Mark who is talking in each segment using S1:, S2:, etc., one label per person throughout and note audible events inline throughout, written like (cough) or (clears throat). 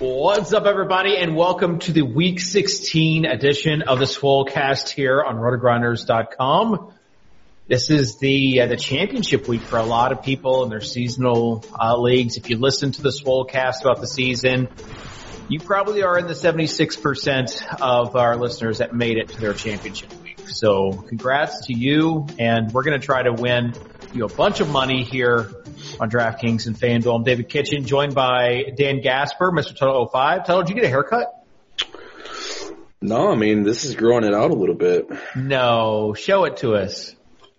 S1: What's up, everybody, and welcome to the Week 16 edition of the Swolecast here on RotoGrinders.com. This is the uh, the championship week for a lot of people in their seasonal uh, leagues. If you listen to the Swolecast about the season, you probably are in the 76% of our listeners that made it to their championship week. So congrats to you, and we're going to try to win you a bunch of money here on DraftKings and FanDuel. I'm David Kitchen, joined by Dan Gasper, Mr. Total 05. Total, did you get a haircut?
S2: No, I mean this is growing it out a little bit.
S1: No, show it to us.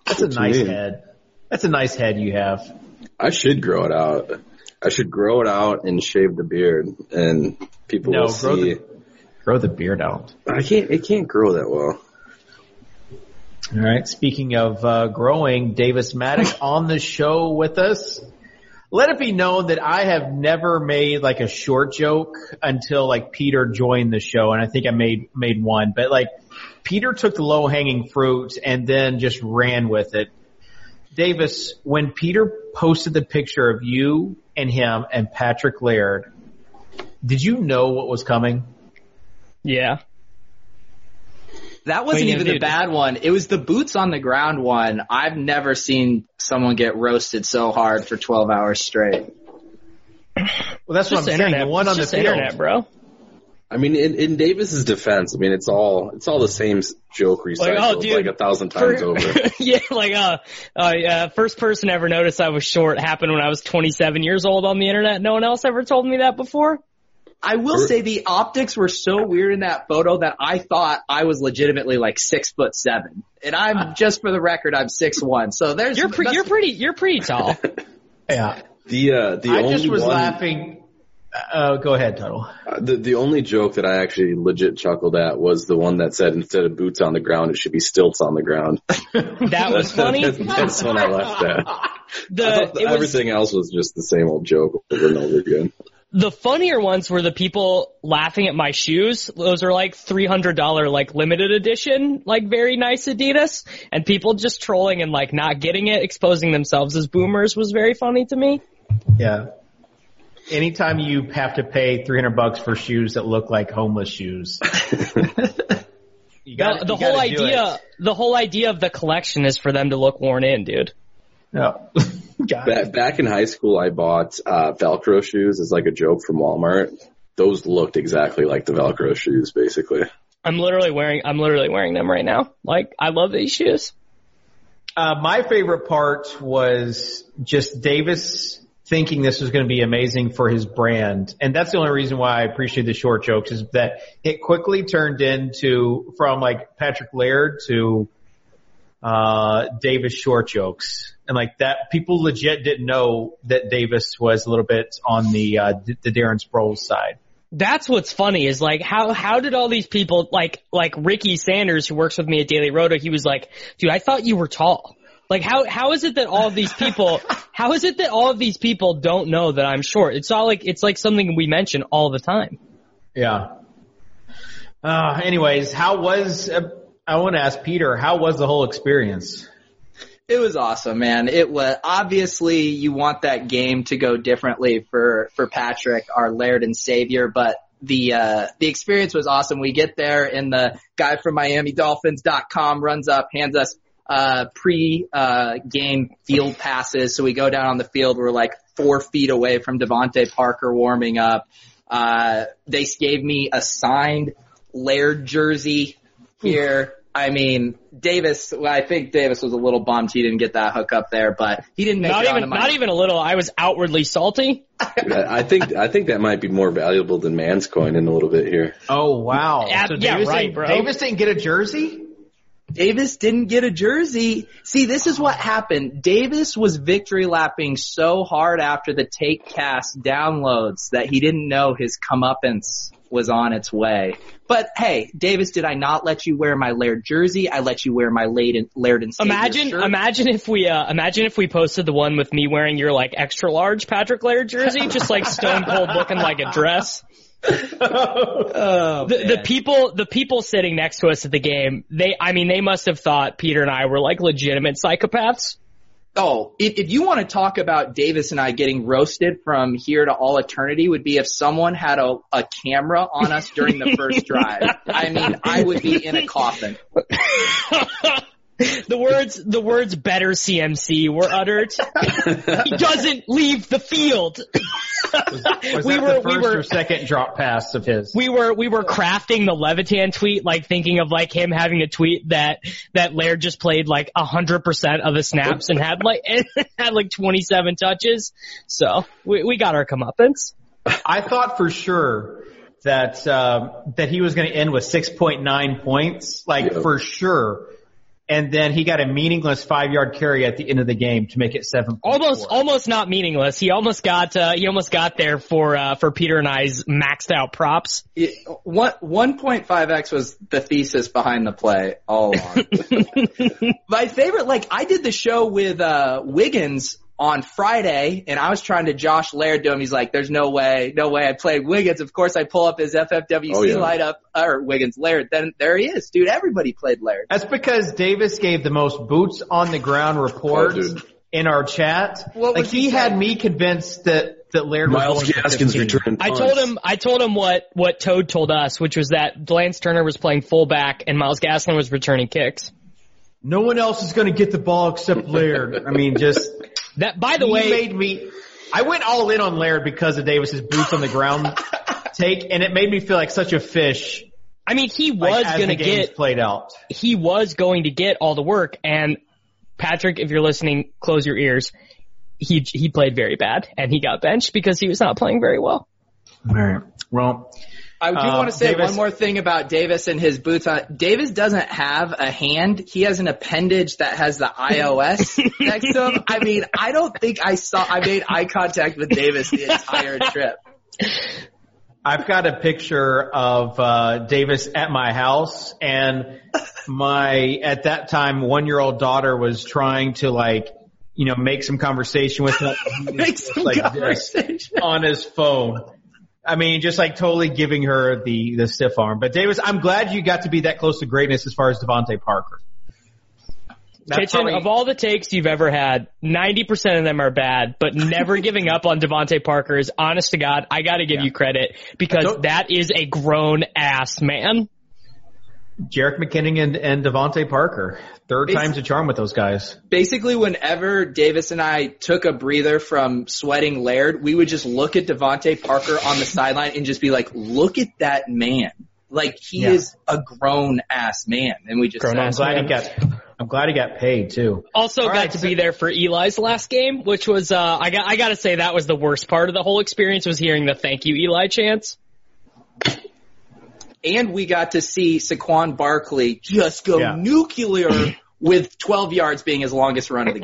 S1: That's a
S2: What you
S1: nice
S2: mean?
S1: head. That's a nice head you have.
S2: I should grow it out. I should grow it out and shave the beard, and people
S1: No,
S2: will
S1: grow
S2: see.
S1: Grow the beard out.
S2: I can't. It can't grow that well.
S1: All right. Speaking of uh, growing, Davis (laughs) Maddock on the show with us. Let it be known that I have never made like a short joke until like Peter joined the show, and I think I made made one. But like Peter took the low hanging fruit and then just ran with it. Davis, when Peter posted the picture of you and him and Patrick Laird, did you know what was coming?
S3: Yeah.
S4: That wasn't
S3: Wait, no,
S4: even the
S3: dude.
S4: bad one. It was the boots on the ground one. I've never seen someone get roasted so hard for 12 hours straight.
S1: Well, that's
S3: Just
S1: what I'm saying.
S3: internet.
S1: The one on
S3: it's
S1: the
S3: just
S1: field.
S3: internet, bro.
S2: I mean, in, in Davis's defense, I mean it's all it's all the same s- joke recycled
S3: Like,
S2: like,
S3: oh, dude,
S2: a thousand times
S3: For- (laughs)
S2: over.
S3: yeah, like uh, uh, yeah, first person ever noticed I was short happened when I was 27 years old on the internet. No one else ever told me that before.
S4: I will say the optics were so weird in that photo that I thought I was legitimately like six foot seven. And I'm, just for the record, I'm six one. So there's,
S3: You're pre-
S4: that's-
S3: you're pretty you're pretty tall.
S1: Yeah.
S2: The uh, the
S1: I
S2: only
S1: just was
S2: one,
S1: laughing. Uh, go ahead, Tuttle.
S2: uh, the the only joke that I actually legit chuckled at was the one that said instead of boots on the ground, it should be stilts on the ground. (laughs)
S3: That was funny.
S2: That's when I laughed at. I
S3: The
S2: thought that
S3: it was
S2: everything else was just the same old joke over and over again.
S3: the funnier ones were the people laughing at my shoes. Those are like $300 like limited edition, like very nice Adidas and people just trolling and like not getting it, exposing themselves as boomers was very funny to me.
S1: Yeah. Anytime you have to pay 300 bucks for shoes that look like homeless shoes. you gotta-
S3: the the
S1: you gotta
S3: whole
S1: do
S3: idea,
S1: it.
S3: the whole idea of the collection is for them to look worn in, dude.
S1: No. Got it.
S2: Back, back in high school, I bought uh, Velcro shoes as like a joke from Walmart. Those looked exactly like the Velcro shoes, basically.
S3: I'm literally wearing, I'm literally wearing them right now. Like, I love these shoes.
S1: Uh, my favorite part was just Davis thinking this was going to be amazing for his brand. And that's the only reason why I appreciate the short jokes is that it quickly turned into from like Patrick Laird to, uh, Davis short jokes. And like that, people legit didn't know that Davis was a little bit on the, uh, D- the Darren Sproles side.
S3: That's what's funny is like how how did all these people like like Ricky Sanders who works with me at Daily Roto he was like dude I thought you were tall Like how how is it that all of
S1: (laughs)
S3: these people how is it that all of these people don't know that I'm short? It's all like it's like something we mention all the time.
S1: Yeah. Uh, anyways, how was, uh, I want to ask Peter, how was the whole experience?
S4: It was awesome, man. It was obviously you want that game to go differently for for Patrick, our Laird and Savior, but the uh the experience was awesome. We get there and the guy from MiamiDolphins.com runs up, hands us uh pre uh game field passes. So we go down on the field, we're like four feet away from Devontae Parker warming up. Uh they gave me a signed Laird jersey here. I mean, Davis. Well, I think Davis was a little bummed he didn't get that hook up there, but he didn't make
S3: Not
S4: it onto
S3: even
S4: my
S3: not even a little. I was outwardly salty.
S2: I I think I think that might be more valuable than Man's coin in a little bit here.
S1: Oh, wow.
S3: Yeah, yeah,
S1: Davis
S3: right,
S1: didn't-
S3: bro.
S1: Davis didn't get a jersey?
S3: (laughs)
S4: Davis didn't get a jersey. See, this is what happened. Davis was victory lapping so hard after the take cast downloads that he didn't know his comeuppance was on its way. But hey, Davis, did I not let you wear my Laird jersey? I let you wear my Laird and, Laird and Savior
S3: Imagine
S4: shirt.
S3: imagine if we uh, imagine if we posted the one with me wearing your like extra large Patrick Laird jersey, just like stone cold looking like a
S4: (laughs)
S3: dress.
S4: Oh,
S3: The, the
S4: man.
S3: people the people sitting next to us at the game, they I mean they must have thought Peter and I were like legitimate psychopaths.
S4: Oh, if, if you want to talk about Davis and I getting roasted from here to all eternity, would be if someone had a, a camera on us during the first drive. I mean, I would be in a coffin.
S3: the words the words better CMC were
S4: (laughs)
S3: uttered. he doesn't leave the field.
S1: Was
S3: (laughs) We
S1: that the
S3: were- we
S1: first
S3: were-
S1: or second drop pass of his?
S3: we were we were crafting the Levitan tweet, like thinking of like him having a tweet that that Laird just played like a hundred percent of the snaps and had like (laughs) and had like twenty seven touches. So we we got our comeuppance.
S1: I thought for sure that um, that he was going to end with 6.9 points, like
S2: Yeah.
S1: for sure. And then he got a meaningless five yard carry at the end of the game to make it seven.
S3: Almost almost not meaningless. He almost got uh, he almost got there for uh, for Peter and I's maxed out props.
S4: It, one 1.5x was the thesis behind the play
S2: (laughs)
S4: all along. My favorite, like I did the show with uh Wiggins on Friday, and I was trying to Josh Laird to him. He's like, "There's no way, no way." I played Wiggins. Of course, I pull up his FFWC
S2: Oh, yeah.
S4: light up or Wiggins Laird. Then there he is, dude. Everybody played Laird.
S1: That's because Davis gave the most boots on the ground report
S2: Oh, dude.
S1: in our chat.
S4: What
S1: like
S4: was he
S1: he had
S4: saying?
S1: me convinced that that Laird was
S2: Miles
S1: going for
S2: Gaskins
S1: 15.
S2: returned.
S3: I told him I told him what what Toad told us, which was that Lance Turner was playing fullback and Miles Gaslin was returning kicks.
S1: No one else is going to get the ball except Laird. I mean, just
S3: That by the
S1: he
S3: way,
S1: made me. I went all in on Laird because of Davis's boots on the ground take, and it made me feel like such a fish.
S3: I mean he
S1: like,
S3: was
S1: as
S3: gonna
S1: the game's
S3: get
S1: played out.
S3: he was going to get all the work. And Patrick, if you're listening, close your ears. He he played very bad, and he got benched because he was not playing very well.
S1: All right. Well,
S4: I do
S1: Uh,
S4: want to say
S1: Davis-
S4: one more thing about Davis and his boots on. Davis doesn't have a hand. He has an appendage that has the
S1: (laughs)
S4: iOS next to him. I mean, I don't think I saw, I made eye contact with Davis the entire trip.
S1: I've got a picture of uh, Davis at my house, and my at that time one year old daughter was trying to like you know make some conversation with him. He was
S4: Make
S1: just (laughs)
S4: some
S1: like this
S4: conversation.
S1: on his phone. I mean, just like totally giving her the the stiff arm. But Davis, I'm glad you got to be that close to greatness as far as Devontae Parker. That's
S3: Kitchen,
S1: probably-
S3: of all the takes you've ever had, 90% of them are bad, but (laughs) never giving up on Devontae Parker is honest to God, I gotta give you credit because
S1: Don't-
S3: that is a grown ass man.
S1: Jarek McKinnon and, and Devontae Parker. Third
S4: Basi-
S1: time's a charm with those guys.
S4: Basically, whenever Davis and I took a breather from sweating Laird, we would just look at Devontae Parker on the sideline and just be like, look at that man. Like he
S1: Yeah.
S4: is a grown ass man. And we just
S3: Grown
S4: said,
S1: I'm
S3: ass
S1: glad
S3: man.
S1: he got. I'm glad he got paid too.
S3: Also got
S1: right,
S3: to
S1: so-
S3: be there for Eli's last game, which was, uh, I got, I gotta say that was the worst part of the whole experience was hearing the thank you Eli chants.
S4: and we got to see Saquon Barkley just go
S1: Yeah.
S4: nuclear with 12 yards being his longest run of the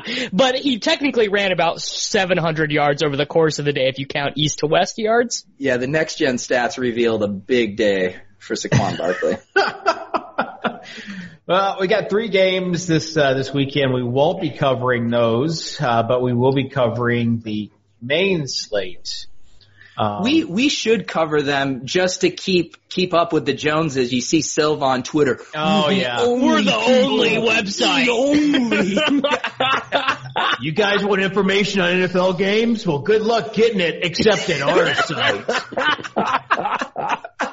S4: (laughs) game.
S3: But he technically ran about 700 yards over the course of the day if you count east to west yards.
S4: yeah, the next gen stats revealed a big day for Saquon Barkley.
S1: Well, we got three games this uh, this weekend. We won't be covering those, uh, but we will be covering the main slate. Um,
S4: We we should cover them just to keep keep up with the Joneses. You see Silva on Twitter.
S1: oh yeah,
S3: We're the only website.
S1: you guys want information on NFL games? Well, good luck getting it, except at our site.
S2: I, mi-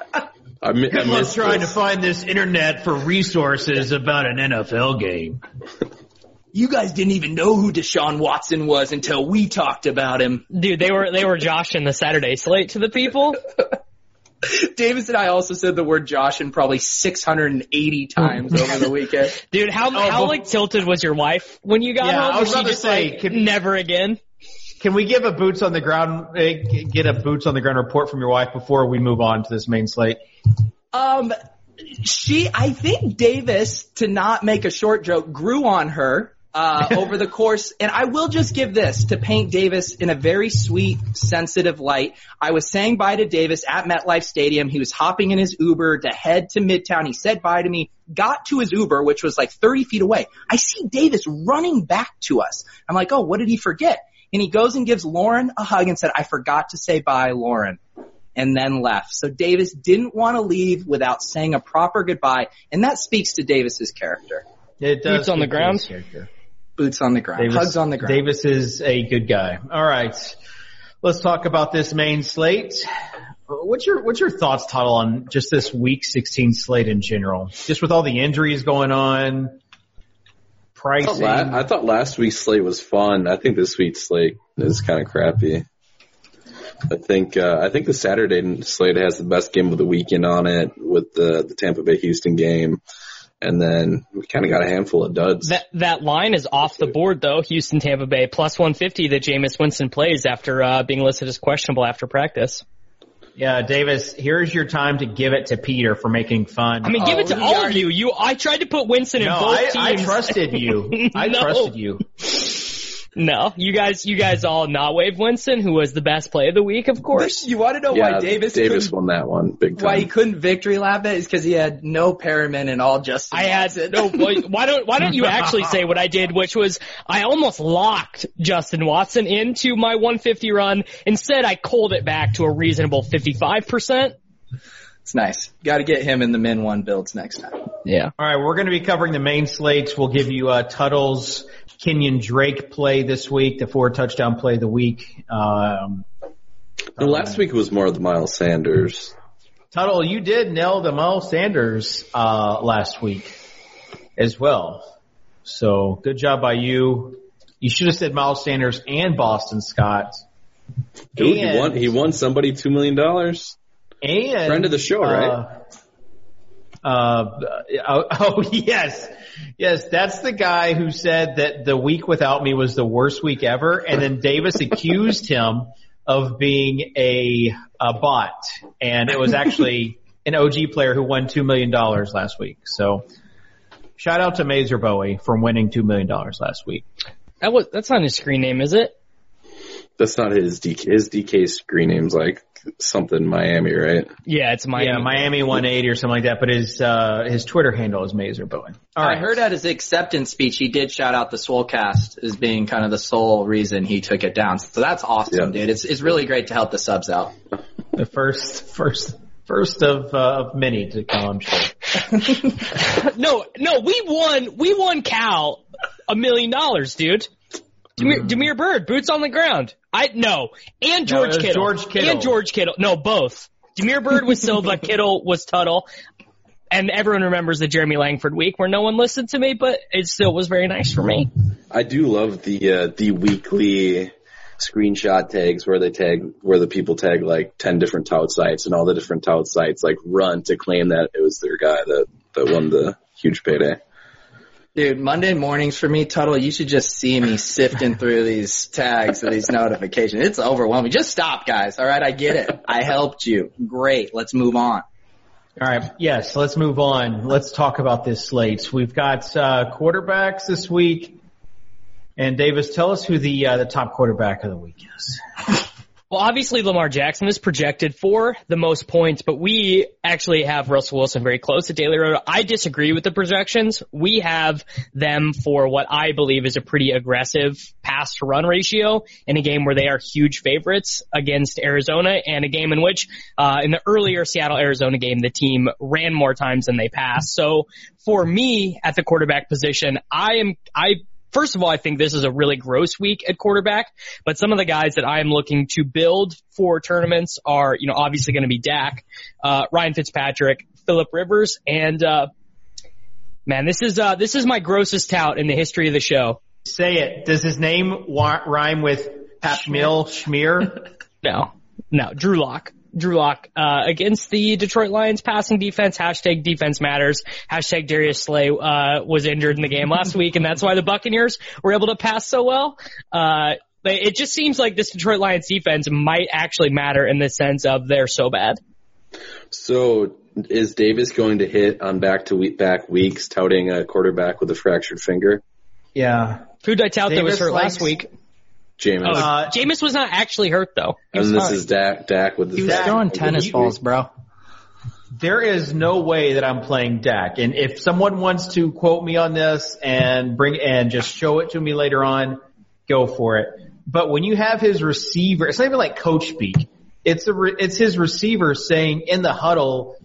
S2: I
S1: Good luck
S2: missed
S1: trying to
S2: this.
S1: find this internet for resources about an NFL game.
S4: You guys didn't even know who Deshaun Watson was until we talked about him.
S3: Dude, they were they were Josh in the Saturday slate to the people.
S4: Davis and I also said the word Josh in probably 680 times over the weekend.
S3: Dude, how how
S1: but-
S3: like tilted was your wife when you got
S1: Oh, Yeah,
S3: home?
S1: I was
S3: she
S1: about to
S3: just
S1: say,
S3: like,
S1: can-
S3: never again?
S1: Can we give a boots on the ground, uh, g- get a boots on the ground report from your wife before we move on to this main slate?
S4: Um, she, I think Davis, to not make a short joke, grew on her uh, over the course. And I will just give this to paint Davis in a very sweet, sensitive light. I was saying bye to Davis at MetLife Stadium. He was hopping in his Uber to head to Midtown. He said bye to me, got to his Uber, which was like 30 feet away. I see Davis running back to us. I'm like, oh, what did he forget? And he goes and gives Lauren a hug and said, I forgot to say bye, Lauren and then left. So Davis didn't want to leave without saying a proper goodbye, and that speaks to Davis's character.
S1: It does
S3: Boots on the
S1: speak to
S3: ground?
S1: his character.
S4: Boots on the ground, hugs on the ground.
S1: Davis is a good guy. All right, let's talk about this main slate. What's your what's your thoughts, Toddle, on just this Week 16 slate in general? Just with all the injuries going on,
S2: I thought,
S1: pricing.
S2: la- I thought last week's slate was fun. I think this week's slate is kind of crappy. I think uh, I think the Saturday slate has the best game of the weekend on it with the the Tampa Bay Houston game, and then we kind of got a handful of duds.
S3: That that line is off the board though. Houston Tampa Bay plus 150 that Jameis Winston plays after uh, being listed as questionable after practice.
S1: yeah, Davis, here's your time to give it to Peter for making fun.
S3: I mean, give
S4: Oh,
S3: it to
S4: we
S3: all of
S4: already-
S3: you. You I tried to put Winston
S1: no,
S3: in both
S1: I,
S3: teams.
S1: I trusted
S3: (laughs)
S1: you. I
S3: No.
S1: trusted you.
S3: No, you guys you guys all not wave Winston who was the best play of the week, of course.
S4: you want to know
S2: yeah,
S4: why Davis,
S2: Davis won
S4: couldn't,
S2: that one big time.
S4: why he couldn't victory lap it is because he had no Perriman and all Justin.
S3: I had
S4: Watson.
S3: no. well, Why don't Why don't you actually say what I did, which was I almost locked Justin Watson into my 150 run. Instead, I called it back to a reasonable 55 percent.
S4: it's nice. Got to get him in the men one builds next time.
S3: Yeah.
S1: All right, we're going to be covering the main slates. We'll give you uh, Tuttle's Kenyon Drake play this week, the four touchdown play of the week. Um,
S2: No, last week was more of the Miles Sanders.
S1: Tuttle, you did nail the Miles Sanders uh, last week as well. So good job by you. You should have said Miles Sanders and Boston Scott.
S2: Dude,
S1: and,
S2: he won. He won somebody two million dollars.
S1: and,
S2: Friend of the show, right?
S1: Uh, uh, oh, (laughs) oh yes, yes, that's the guy who said that the week without me was the worst week ever, and then
S2: (laughs)
S1: Davis accused him of being a a bot, and it was actually
S2: (laughs)
S1: an OG player who won two million dollars last week. So, shout out to Mazer Bowie for winning two million dollars last week.
S3: That was. That's not his screen name, is it?
S2: That's not his DK. His DK screen name's like something Miami, right?
S3: Yeah, it's Miami.
S1: Yeah, Miami one eighty or something like that, but his uh his Twitter handle is Mazer Bowie. All
S4: I heard at his acceptance speech he did shout out the Swolecast as being kind of the sole reason he took it down. So that's awesome,
S2: Yeah.
S4: dude. It's it's really great to help the subs out.
S1: The first, first, first of uh, of many to come. I'm sure.
S3: (laughs) No, no, we won. We won Cal a million dollars, dude. Demir, Demir Bird, boots on the ground. I no, and
S1: Hmm. No, it
S3: George
S1: was
S3: Kittle,
S1: George Kittle.
S3: and George Kittle. No, both. Demir Bird was
S1: (laughs)
S3: Silva, Kittle was Tuttle, and everyone remembers the Jeremy Langford week where no one listened to me, but it still was very nice for me.
S2: I do love the uh, the weekly screenshot tags where they tag where the people tag like ten different tout sites and all the different tout sites like run to claim that it was their guy that that won the huge payday.
S4: Dude, Monday mornings for me, Tuttle, you should just see me sifting through these tags and these notifications. It's overwhelming. Just stop, guys. All right, I get it. I helped you. Great. Let's move on.
S1: All right. Yes. Let's move on. Let's talk about this slate. We've got uh, quarterbacks this week. And Davis, tell us who the uh, the top quarterback of the week is.
S3: Well, obviously Lamar Jackson is projected for the most points, but we actually have Russell Wilson very close at Daily Roto. I disagree with the projections. We have them for what I believe is a pretty aggressive pass to run ratio in a game where they are huge favorites against Arizona and a game in which, uh, in the earlier Seattle Arizona game, the team ran more times than they passed. So for me at the quarterback position, I am, I First of all, I think this is a really gross week at quarterback, but some of the guys that I am looking to build for tournaments are, you know, obviously going to be Dak, uh, Ryan Fitzpatrick, Philip Rivers, and, uh, man, this is, uh, this is my grossest tout in the history of the show.
S1: Say it. Does his name wa- rhyme with Papmil Schmear?
S3: No, no, Drew Lock. Drew Lock uh, against the Detroit Lions passing defense. Hashtag defense matters. Hashtag Darius Slay uh, was injured in the game last week, and that's why the Buccaneers were able to pass so well. Uh, but it just seems like this Detroit Lions defense might actually matter in the sense of they're so bad.
S2: So is Davis going to hit on back to week back weeks, touting a quarterback with a fractured finger?
S1: (laughs) yeah.
S3: Who did I tout that was
S1: Davis
S3: hurt
S1: likes-
S3: last week?
S2: Jameis.
S3: Oh,
S1: Uh,
S3: Jameis was not actually hurt though.
S2: and this is Dak. Dak with the
S4: He was
S2: fractured
S4: throwing
S2: finger.
S4: tennis balls, bro.
S1: There is no way that I'm playing Dak. And if someone wants to quote me on this and bring and just show it to me later on, go for it. But when you have his receiver, it's not even like coach speak. It's a re, it's his receiver saying in the huddle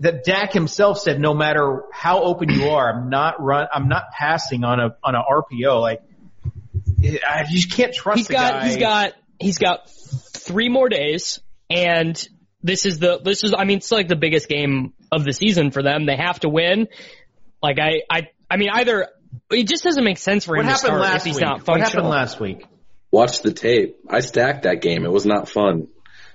S1: that Dak himself said, no matter how open you are, I'm not run, I'm not passing on a on a RPO. Like I, you just can't trust.
S3: He's
S1: the
S3: got
S1: guy.
S3: he's got he's got three more days and this is the this is I mean it's like the biggest game of the season for them. They have to win. Like I I I mean either it just doesn't make sense for him
S1: What
S3: to
S1: happened
S3: start
S1: last
S3: if he's
S1: week?
S3: not
S1: What
S3: functional.
S1: happened last week?
S2: Watch the tape. I stacked that game. It was not fun.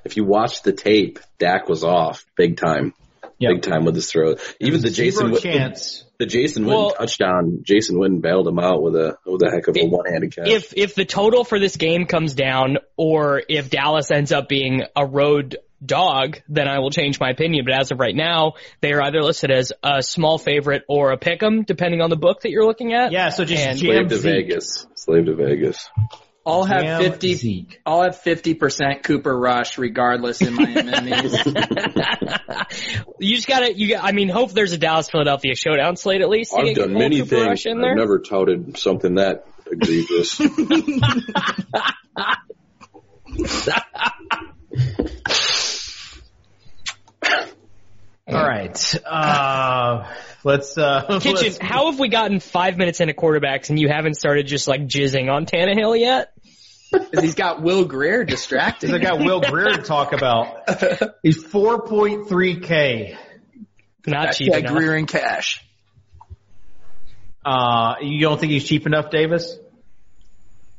S2: If you watch the tape, Dak was off big time.
S1: Yeah.
S2: Big time with his throw. Even the Jason
S1: Zero
S2: Witten-
S1: chance.
S2: the Jason Witten
S3: Well-
S2: touchdown. Jason Witten bailed him out with a with a heck of a one handed catch.
S3: if if the total for this game comes down or if Dallas ends up being a road dog, then I will change my opinion. But as of right now, they are either listed as a small favorite or a pick 'em, depending on the book that you're looking at.
S1: Yeah, so just
S3: And-
S1: jam
S2: Slave to
S1: Zeke.
S2: Vegas. Slave to Vegas.
S4: I'll have
S1: Jam
S4: fifty.
S1: Zeke.
S4: I'll have fifty percent Cooper Rush, regardless in my enemies.
S3: You just gotta, you got, I mean, hope there's a Dallas Philadelphia showdown slate at least. You
S2: I've
S3: get
S2: done
S3: Cole
S2: many
S3: Cooper
S2: things.
S3: Rush
S2: I've
S3: in there.
S2: never touted something that egregious.
S3: (laughs)
S1: All right. Uh, let's, uh, (laughs)
S3: Kitchen,
S1: let's-
S3: how have we gotten five minutes into quarterbacks and you haven't started just like jizzing on Tannehill yet?
S4: 'Cause he's got Will Greer
S1: I
S4: distracted.
S1: got Will Greer to talk
S3: (laughs)
S1: about. He's 4.3K.
S3: Not cheap
S4: Yeah,
S3: enough.
S4: Greer and Cash.
S1: Uh, you don't think he's cheap enough, Davis?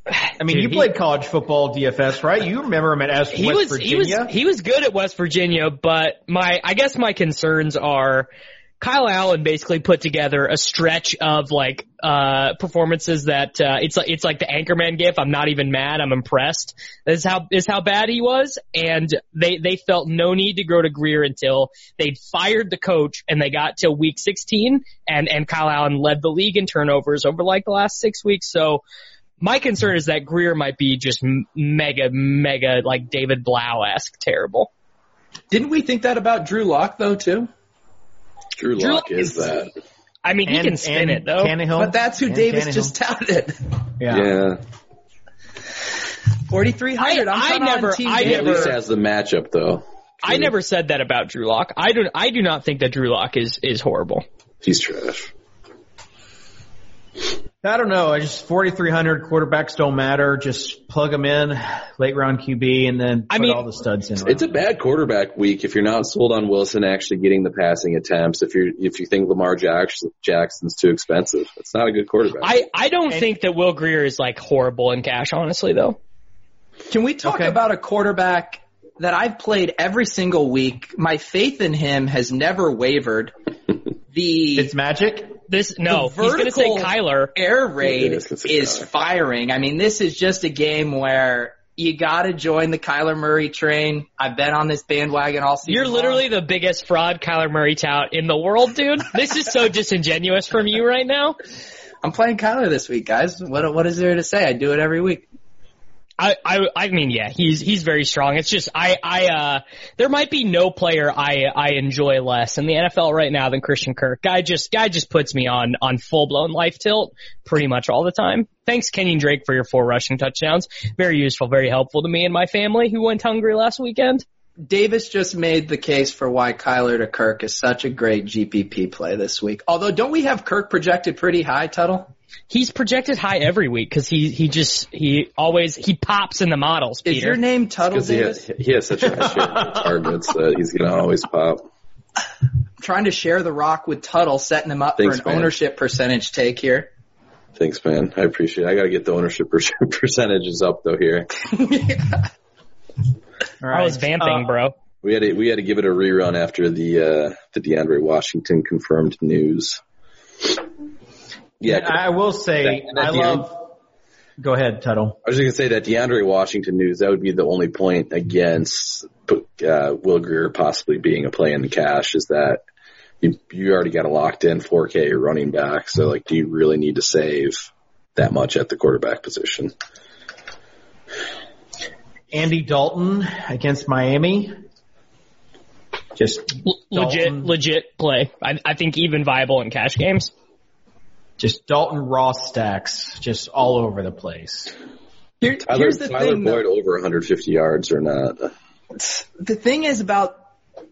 S1: I mean,
S3: Dude,
S1: you
S3: he-
S1: played college football DFS, right? You remember him at S-
S3: He
S1: West
S3: was
S1: Virginia.
S3: he was he was good at West Virginia, but my I guess my concerns are Kyle Allen basically put together a stretch of like uh performances that uh it's like it's like the Anchorman gif. I'm not even mad, I'm impressed. This is how is how bad he was and they they felt no need to go to Greer until they'd fired the coach and they got to week 16 and and Kyle Allen led the league in turnovers over like the last 6 weeks. So my concern is that Greer might be just m- mega, mega, like David Blau-esque terrible.
S4: Didn't we think that about Drew Lock though too?
S2: Drew
S3: Drew
S2: Lock
S3: Lock
S2: is
S3: is-
S2: that.
S3: I mean,
S1: and,
S3: he can
S1: and
S3: spin it though.
S1: Tannehill.
S4: But that's who
S1: And
S4: Davis
S1: Oh, Tannehill.
S4: just touted.
S1: yeah.
S2: Yeah.
S4: Forty three hundred.
S3: I- I
S4: I'm kinda
S3: never-
S4: on team
S3: I
S2: He at
S4: Davis.
S3: never-
S2: least has the matchup though.
S3: I never said that about Drew Lock. I do, I do not think that Drew Lock is is horrible.
S2: He's trash.
S1: I don't know. I just 4,300 quarterbacks don't matter. Just plug them in late round QB and then
S3: I
S1: put
S3: mean-
S1: all the studs in.
S2: It's a bad quarterback week if you're not sold on Wilson actually getting the passing attempts. If you if you think Lamar Jackson, Jackson's too expensive, it's not a good quarterback.
S3: I, I don't think that Will Greer is like horrible in cash, honestly though.
S4: Can we talk
S1: Okay.
S4: about a quarterback that I've played every single week? My faith in him has never wavered. The
S1: it's magic.
S3: This no,
S4: The
S3: he's gonna say
S4: vertical-
S3: Kyler.
S4: air
S2: It
S4: raid
S2: is, it's a
S4: is
S2: guy.
S4: firing. I mean, this is just a game where you gotta join the Kyler Murray train. I've been on this bandwagon all season.
S3: You're literally the biggest fraud Kyler Murray tout in the world, dude. This is so disingenuous from you right now.
S4: long. I'm playing Kyler this week, guys. What what is there to say? I do it every week.
S3: I, I, I mean, yeah, he's, he's very strong. It's just, I, I, uh, there might be no player I, I enjoy less in the NFL right now than Christian Kirk. Guy just, guy just puts me on, on full blown life tilt pretty much all the time. Thanks Kenyon Drake for your four rushing touchdowns. Very useful, very helpful to me and my family who went hungry last weekend.
S4: Davis just made the case for why Kyler to Kirk is such a great GPP play this week. Although, don't we have Kirk projected pretty high, Tuttle?
S3: He's projected high every week because he, he just, he always, he pops in the models,
S4: Is
S3: Peter.
S4: your name Tuttle
S2: Because he
S4: Davis?
S2: has, he has such a high share
S3: (laughs)
S2: of targets that he's going to always pop.
S4: Trying to share the rock with Tuttle, setting him up
S2: Thanks,
S4: for an
S2: man.
S4: ownership percentage take here.
S2: Thanks, man. I appreciate it. I got to get the ownership per- (laughs) percentages up, though, here.
S1: All
S3: I was vamping,
S1: Uh,
S3: bro.
S2: We had to, we had to give it a rerun after the uh, the DeAndre Washington confirmed news. Yeah,
S1: And I will say,
S2: And
S1: I
S2: at the end-
S1: love. Go ahead, Tuttle.
S2: I was just gonna say that DeAndre Washington news. That would be the only point against uh, Will Greer possibly being a play in the cash is that you you already got a locked in 4K running back. So like, do you really need to save that much at the quarterback position?
S1: Andy Dalton against Miami. Just,
S4: Uh,
S3: L- legit,
S1: Dalton.
S3: legit play. I, I think even viable in cash games.
S1: just Dalton raw stacks, just all over the place.
S4: Here-
S2: Tyler,
S4: here's the
S2: Tyler
S4: thing, though.
S2: Boyd over 150 yards or not?
S4: the thing is about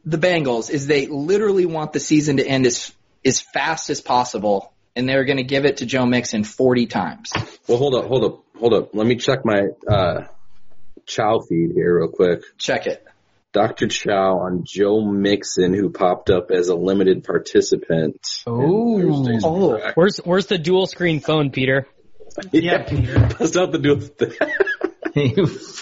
S4: the Bengals is they literally want the season to end as as fast as possible, and they're going to give it to Joe Mixon 40 times.
S2: Well, hold up, hold up, hold up. Let me check my uh, Chow feed here real quick.
S4: Check it.
S2: Dr. Chow on Joe Mixon, who popped up as a limited participant. in
S1: Ooh.
S2: Thursday's
S4: Oh.
S2: crack.
S3: Where's where's the dual screen phone, Peter?
S2: (laughs)
S1: Yeah, Peter.
S2: That's not the deal.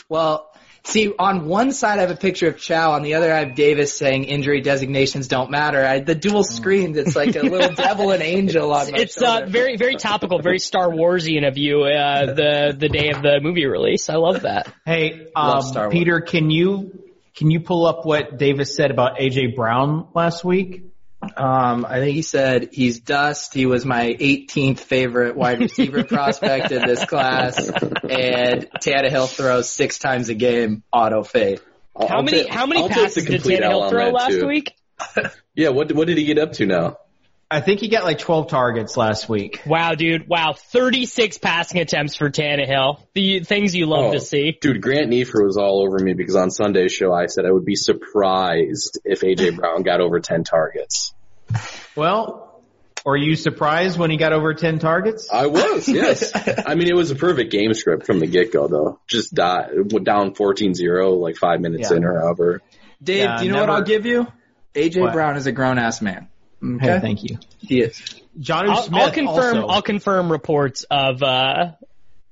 S4: Well, see, on one side I have a picture of Chow, on the other I have Davis saying injury designations don't matter. I, the dual screens, it's like (laughs) a little devil and angel on my
S3: It's uh,
S4: shoulder.
S3: very very topical, very Star Warsian of you. Uh, the the day of the movie release, I love that.
S1: hey,
S4: Love Star
S1: um,
S4: Wars.
S1: Peter, can you can you pull up what Davis said about AJ Brown last week?
S4: Um, I think he said he's dust. He was my 18th favorite wide
S1: (laughs)
S4: receiver prospect in this class, and Tannehill throws six times a game. Auto fade.
S2: I'll-
S3: How
S2: I'll
S3: many
S2: ta-
S3: how many
S2: I'll take the
S3: passes did
S2: complete L
S3: Tannehill
S2: on
S3: throw
S2: that,
S3: last
S2: too.
S3: week?
S2: Yeah, what what did he get up to now?
S1: I think he got like 12 targets last week.
S3: Wow, dude! Wow, 36 passing attempts for Tannehill. The things you love to see.
S2: Oh, Dude, Grant Niefer was all over me because on Sunday's show I said I would be surprised if
S3: (laughs)
S2: AJ Brown got over 10 targets.
S1: Well, were you surprised when he got over 10 targets?
S2: I was, yes. (laughs) I mean, it was a perfect game script from the get go, though. Just die, down 14-0, like five minutes
S1: Yeah.
S2: in or however.
S4: Dave,
S1: Yeah,
S4: do you know what
S1: never-
S4: I'll give you? AJ
S1: What?
S4: Brown is a grown ass man. Okay,
S1: Hey, thank you.
S4: He is.
S1: Johnny
S3: I'll,
S1: Smith
S3: I'll confirm
S1: also.
S3: I'll confirm reports of uh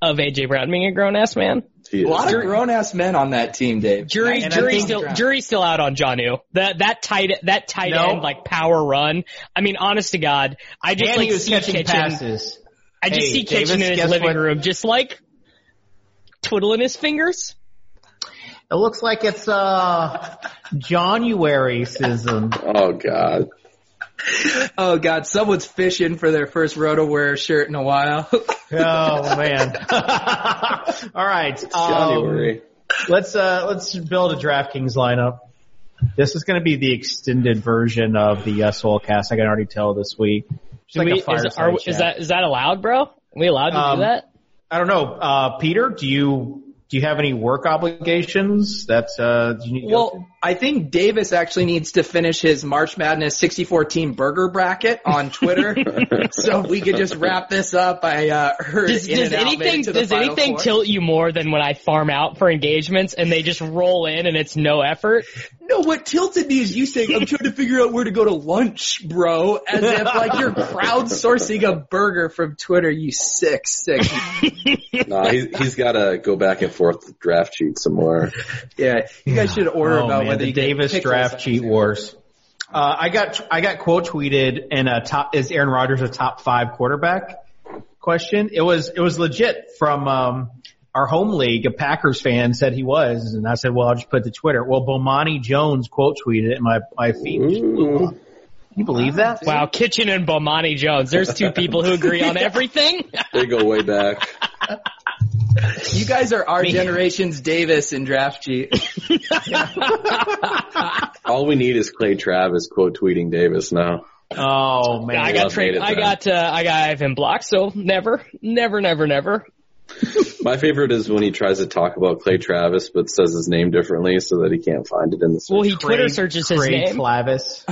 S3: of AJ Brown being a grown ass man.
S2: He
S4: A
S2: is.
S4: lot of grown ass men on that team, Dave.
S3: Jury,
S1: And I
S3: jury
S1: think-
S3: still, jury still out on Janu. That that tight, that tight
S1: No.
S3: end like power run. I mean, honest to God, I just
S1: and
S3: like
S1: he was
S3: see
S1: catching
S3: Kitchen.
S1: passes.
S3: I
S1: Hey,
S3: just see
S1: Davis,
S3: Kitchen in his
S1: guess
S3: living
S1: what?
S3: room, just like twiddling his fingers.
S1: It looks like it's uh January season.
S2: Oh god.
S4: Oh God, someone's fishing for their first RotoWare shirt in a while. (laughs)
S1: Oh man. (laughs) All right. Um,
S2: January.
S1: let's uh let's build a DraftKings lineup. This is going to be the extended version of the uh, Soulcast. I can already tell this week. Just
S3: Do
S1: like
S3: we-
S1: a
S3: is,
S1: fireside
S3: are- is
S1: chat.
S3: that is that allowed, bro? Are we allowed to
S1: Um,
S3: do that?
S1: I don't know. Uh, Peter, do you do you have any work obligations that uh, do you need to go through?
S4: Well, I think Davis actually needs to finish his March Madness 64 team burger bracket on Twitter.
S3: (laughs)
S4: so if we could just wrap this up. I uh, heard
S3: Does,
S4: In
S3: does
S4: and Out made
S3: anything
S4: it to the
S3: does
S4: Final
S3: anything
S4: Four.
S3: tilt you more than when I farm out for engagements and they just roll in and it's no effort?
S4: No, what tilted me is you saying I'm trying to figure out where to go to lunch, bro. As if like you're crowdsourcing a burger from Twitter. You sick,
S3: (laughs)
S4: sick.
S2: Nah, he's, he's got to go back and forth draft sheet some more.
S4: Yeah, you guys should order
S1: Oh,
S4: about
S1: man,
S4: whether
S1: the
S4: you get
S1: Davis
S4: pickles
S1: draft
S4: on
S1: cheat
S4: there.
S1: wars. Uh, I got I got quote tweeted and a top is Aaron Rodgers a top five quarterback question. It was it was legit from um, our home league. A Packers fan said he was, and I said, well, I'll just put it to Twitter. Well, Bomani Jones quote tweeted it, and my my feed just blew up.
S2: Ooh.
S1: Can you believe that?
S3: Wow, Kitchen and
S1: (laughs)
S3: Bomani Jones. There's two people who agree on everything.
S2: They go way back.
S4: You guys are
S1: (laughs)
S4: our
S1: Man.
S4: generation's Davis in draft G.
S2: All we need is Clay Travis quote tweeting Davis now.
S1: Oh man.
S3: I got
S2: love
S3: trade.
S2: native
S3: I
S2: then.
S3: got. Uh, I got Ivan blocked. So never, never, never, never.
S2: My favorite is when he tries to talk about Clay Travis but says his name differently so that he can't find it in the search.
S3: Well, he Twitter searches his
S1: Craig
S3: name.
S1: Clavis.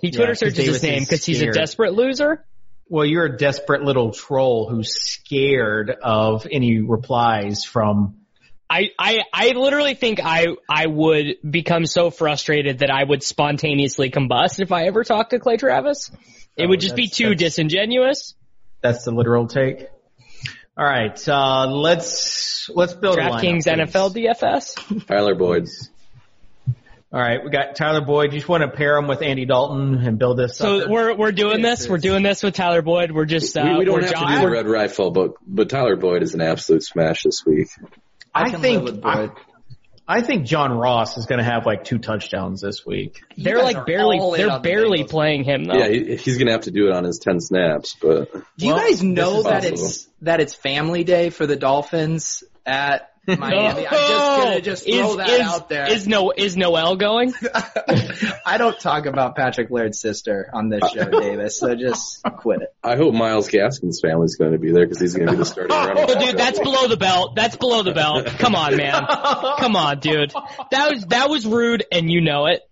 S3: He Twitter
S1: 'cause
S3: searches his
S1: Davis
S3: name
S1: is
S3: because he's a
S1: scared.
S3: desperate loser.
S1: Well, you're a desperate little troll who's scared of any replies from.
S3: I, I, I literally think I, I would become so frustrated that I would spontaneously combust if I ever talked to Clay Travis. It
S1: Oh,
S3: would just be
S1: that's-
S3: too
S1: that's-
S3: disingenuous.
S1: That's the literal take. All right, uh, let's let's build a lineup,
S3: DraftKings
S1: please.
S3: NFL DFS.
S2: Tyler Boyd.
S1: All right, we got Tyler Boyd. You just want to pair him with Andy Dalton and build this.
S3: So
S1: sucker?
S3: we're, we're doing
S4: Yes,
S3: this. We're
S4: yes.
S3: doing this with Tyler Boyd. We're just, uh,
S2: we, we don't
S3: we're
S2: have
S3: jo-
S2: to do the red rifle, but but Tyler Boyd is an absolute smash this week.
S1: I,
S4: can
S1: think
S4: live with
S1: I,
S4: Boyd.
S1: I think John Ross is going to have like two touchdowns this week.
S3: they're
S4: guys are
S3: like barely,
S4: all in
S3: they're
S4: on the
S3: barely
S4: Bengals.
S3: playing him though.
S2: Yeah, he, he's gonna have to do it on his ten snaps, but
S4: Do you
S1: Well,
S4: guys
S1: this is
S4: know that
S2: possible.
S4: it's that it's Family Day for the Dolphins at Miami? I'm just gonna just throw
S3: Oh, is,
S4: that
S3: is-
S4: out there.
S3: Is no is Noel going?
S4: (laughs) I don't talk about Patrick Laird's sister on this show, Davis. So just quit it.
S2: I hope Miles Gaskin's family's going to be there because he's going to be the starting running
S3: (laughs) Oh,
S2: back.
S3: dude, that's below the belt. That's below the belt. Come on, man. Come on, dude. That was that was rude, and you know it.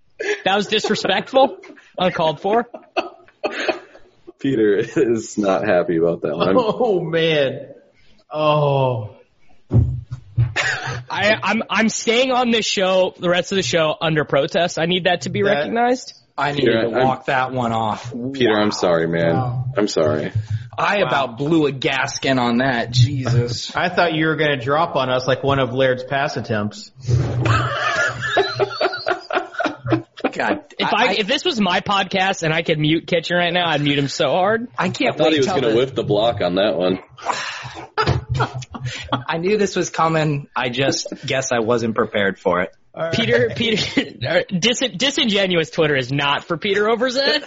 S3: That was disrespectful, uncalled for.
S2: Peter is not happy about that one.
S1: Oh man. Oh.
S3: I, I'm I'm staying on this show the rest of the show under protest. I need that to be
S1: That-
S3: recognized.
S4: I needed
S2: Peter,
S4: to
S2: I'm-
S4: walk that one off.
S2: Peter, I'm sorry, man. I'm sorry.
S4: I about blew a gaskin on that. Jesus.
S1: I thought you were going to drop on us like one of Laird's pass attempts.
S4: (laughs) God.
S3: If I, if this was my podcast and I could mute Kitchen right now, I'd mute him so hard.
S4: I
S2: I
S4: can't
S2: thought
S4: wait
S2: he was
S4: till
S2: going to
S4: the-
S2: whip the block on that one.
S4: I knew this was coming. I just (laughs) guess I wasn't prepared for it.
S3: (laughs) Peter Peter dis, disingenuous Twitter is not for Peter (laughs) Overzet.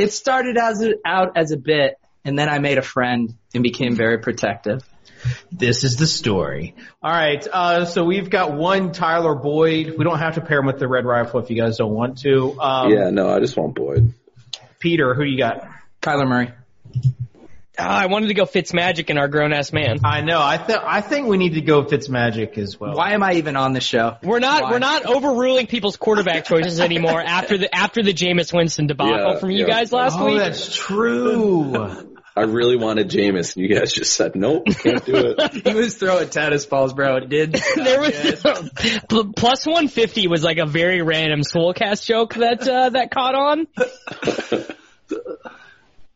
S4: It started as a, out as a bit, and then I made a friend and became very protective.
S1: This is the story. All right, uh, so we've got one Tyler Boyd. We don't have to pair him with the Red Rifle if you guys don't want to. Um,
S2: yeah, no, I just want Boyd.
S1: Peter, who you got?
S4: Kyler Murray.
S3: Ah, I wanted to go Fitzmagic and our grown ass man.
S1: I know. I think I think we need to go Fitzmagic as well.
S4: Why am I even on the (laughs) show?
S3: We're not
S4: Why?
S3: we're not overruling people's quarterback choices anymore after the after the Jameis Winston debacle
S2: Yeah,
S3: from you
S2: yeah.
S3: guys last
S1: Oh,
S3: week.
S1: that's true.
S2: I really wanted Jameis, and you guys just said, nope, can't do (laughs) it.
S4: He was throwing tennis balls, bro. It (laughs) did.
S3: (laughs) there was (laughs) Pl- plus 150 was like a very random Swolecast joke that uh, that caught on.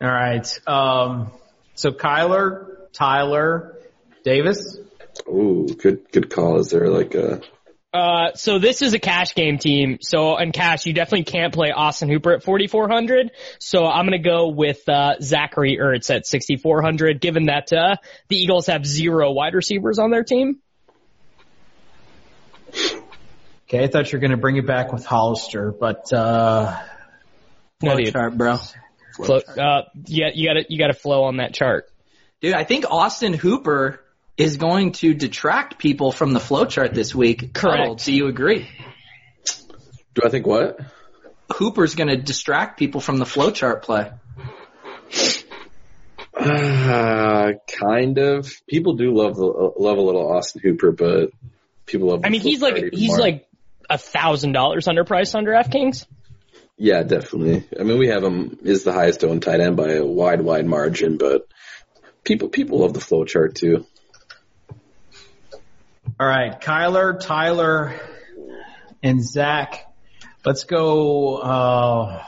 S1: All right. Um, so Kyler, Tyler, Davis.
S2: Ooh, good, good call. Is there like a,
S3: Uh, so this is a cash game team. So in cash, you definitely can't play Austin Hooper at 4400. So I'm gonna go with uh, Zachary Ertz at 6400. Given that uh, the Eagles have zero wide receivers on their team.
S1: Okay, I thought you were going to bring it back with Hollister, but uh,
S3: No, dude.
S4: Chart, bro.
S3: Flo- uh, yeah, you gotta you gotta flow on that chart.
S4: Dude, I think Austin Hooper is going to detract people from the flow chart this week.
S3: Correct.
S4: Cuddle, do you agree?
S2: do I think what?
S4: Hooper's going to distract people from the flow chart play. (laughs)
S2: Uh, kind of. People do love, the- love a little Austin Hooper, but people love.
S3: I mean, he's like he's
S2: more.
S3: like a thousand dollars underpriced on DraftKings.
S2: Yeah, definitely. I mean, we have him is the highest owned tight end by a wide, wide margin, but people people love the flow chart too.
S1: all right, Kyler, Tyler, and Zach. Let's go. Uh,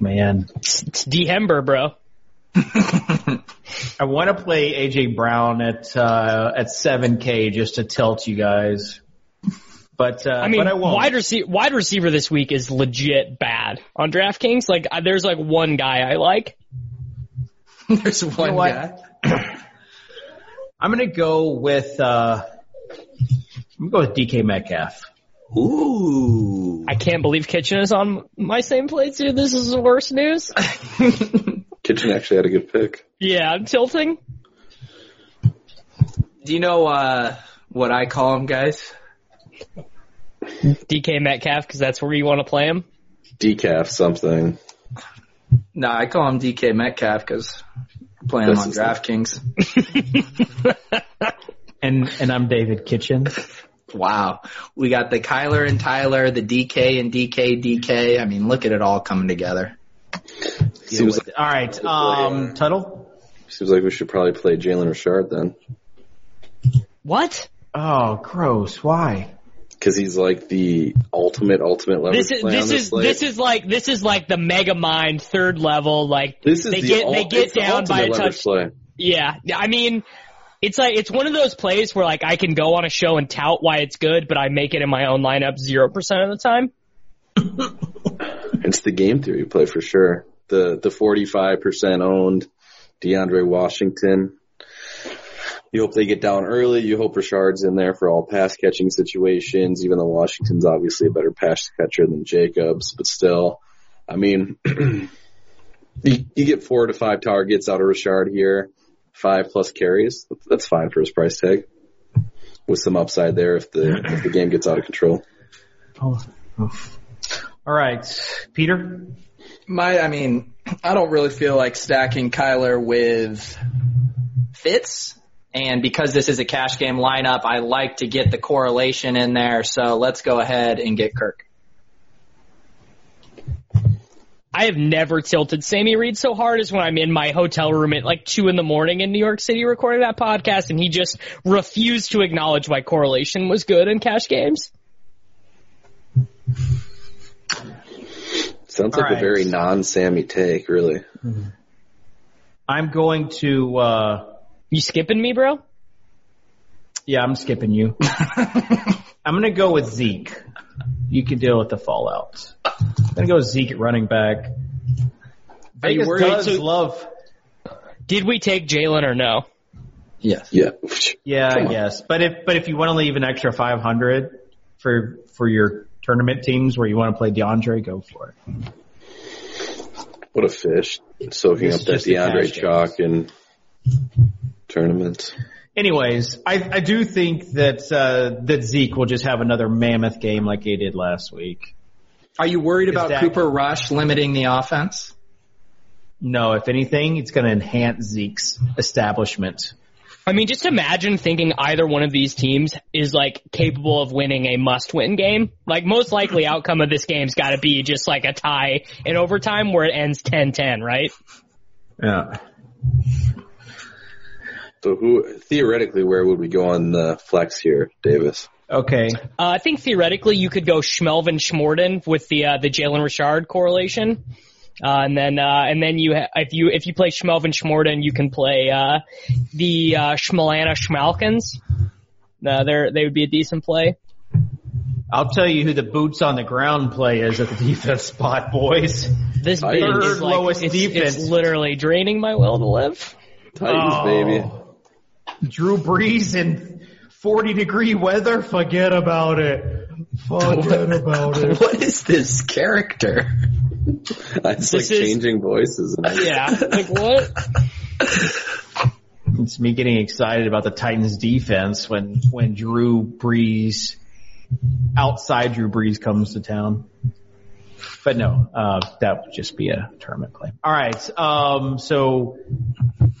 S1: man,
S3: It's D Hember, bro.
S1: I want to play AJ Brown at uh, at seven K just to tilt you guys. But uh,
S3: I mean,
S1: but I won't.
S3: wide receiver wide receiver this week is legit bad on DraftKings. Like, I, there's like one guy I like.
S4: There's one
S1: what?
S4: guy.
S1: I'm gonna go with uh, I'm gonna go with DK Metcalf.
S4: (laughs) Ooh.
S3: I can't believe Kitchen is on my same plate too. This is the worst news. (laughs)
S2: Kitchen actually had a good pick.
S3: yeah, I'm tilting.
S4: Do you know uh, what I call them, guys?
S3: DK Metcalf because that's where you want to play him.
S2: Decaf something.
S4: No, I call him DK Metcalf because playing him
S2: This
S4: on
S2: is-
S4: DraftKings.
S1: And and I'm David Kitchen.
S4: Wow. We got the Kyler and Tyler, the DK and DK DK. I mean, look at it all coming together.
S2: Seems like,
S1: All right, um, Tuttle.
S2: seems like we should probably play Jalen Richard then,
S3: what?
S1: Oh, gross. Why?
S2: because he's like the ultimate ultimate level.
S3: This is
S2: play
S3: this
S2: on this
S3: is
S2: slate.
S3: this is like this is like the mega mind third level like
S2: This is
S3: they
S2: the
S3: get
S2: ul-
S3: they get
S2: it's the
S3: down by a
S2: ultimate leverage
S3: touch.
S2: play.
S3: Yeah, I mean, it's like it's one of those plays where like I can go on a show and tout why it's good, but I make it in my own lineup zero percent of the time.
S2: It's the game theory play for sure. The the forty five percent owned DeAndre Washington. You hope they get down early. You hope Richard's in there for all pass catching situations, even though Washington's obviously a better pass catcher than Jacobs, but still, I mean, (clears throat) you, you get four to five targets out of Richard here, five plus carries. That's fine for his price tag with some upside there if the, if the game gets out of control.
S1: Oh, oof. All right, Peter.
S4: My, I mean, I don't really feel like stacking Kyler with Fitz. And because this is a cash game lineup, I like to get the correlation in there. So let's go ahead and get Kirk.
S3: I have never tilted Sammy Reed so hard as when I'm in my hotel room at like two in the morning in New York City recording that podcast, and he just refused to acknowledge my correlation was good in cash games.
S2: Sounds
S1: All
S2: like
S1: right.
S2: a very non-Sammy take, really.
S1: I'm going to. Uh,
S3: You skipping me, bro?
S1: yeah, I'm skipping (laughs) you. I'm gonna go with Zeke. You can deal with the fallout. I'm gonna go with Zeke at running back.
S3: Are you
S1: Vegas
S3: worried
S1: does
S3: to-
S1: love.
S3: Did we take Jalen or no?
S4: Yes.
S2: Yeah. (laughs)
S1: Yeah, I guess. But if but if you want to leave an extra 500 for for your tournament teams where you want to play DeAndre, go for it.
S2: What a fish. Soaking
S1: It's
S2: up that
S1: just a
S2: DeAndre
S1: cash game.
S2: chalk in tournaments.
S1: Anyways, I I do think that uh, that Zeke will just have another mammoth game like he did last week.
S4: Are you worried about
S1: that-
S4: Cooper Rush limiting the offense?
S1: No, if anything, it's going to enhance Zeke's establishment.
S3: I mean, just imagine thinking either one of these teams is like capable of winning a must-win game. Like most likely outcome of this game's got to be just like a tie in overtime where it ends 10-10, right?
S1: Yeah.
S2: So who, theoretically, where would we go on the flex here, Davis?
S1: Okay.
S3: Uh, I think theoretically you could go Schmelvin Schmorden with the uh, the Jalen Richard correlation, uh, and then uh, and then you ha- if you if you play Schmelvin Schmorden you can play uh, the uh, Schmelana Schmalkins. Uh, they're, they would be a decent play.
S1: I'll tell you who the boots on the ground play is at the (laughs) defense spot, boys.
S3: This
S2: I
S3: bid
S2: agree.
S3: is
S1: Third
S3: like
S1: lowest
S3: it's,
S1: defense.
S3: it's literally draining my will to live.
S2: Titans,
S1: Oh.
S2: baby.
S1: Drew Brees in 40 degree weather. Forget about it. Forget about it.
S4: (laughs) What is this character?
S2: (laughs) It's like
S3: This is-
S2: changing voices. And
S3: Yeah, like what?
S1: It's me getting excited about the Titans defense when, when Drew Brees, outside Drew Brees comes to town. But no, uh, that would just be a tournament play. All right. Um, so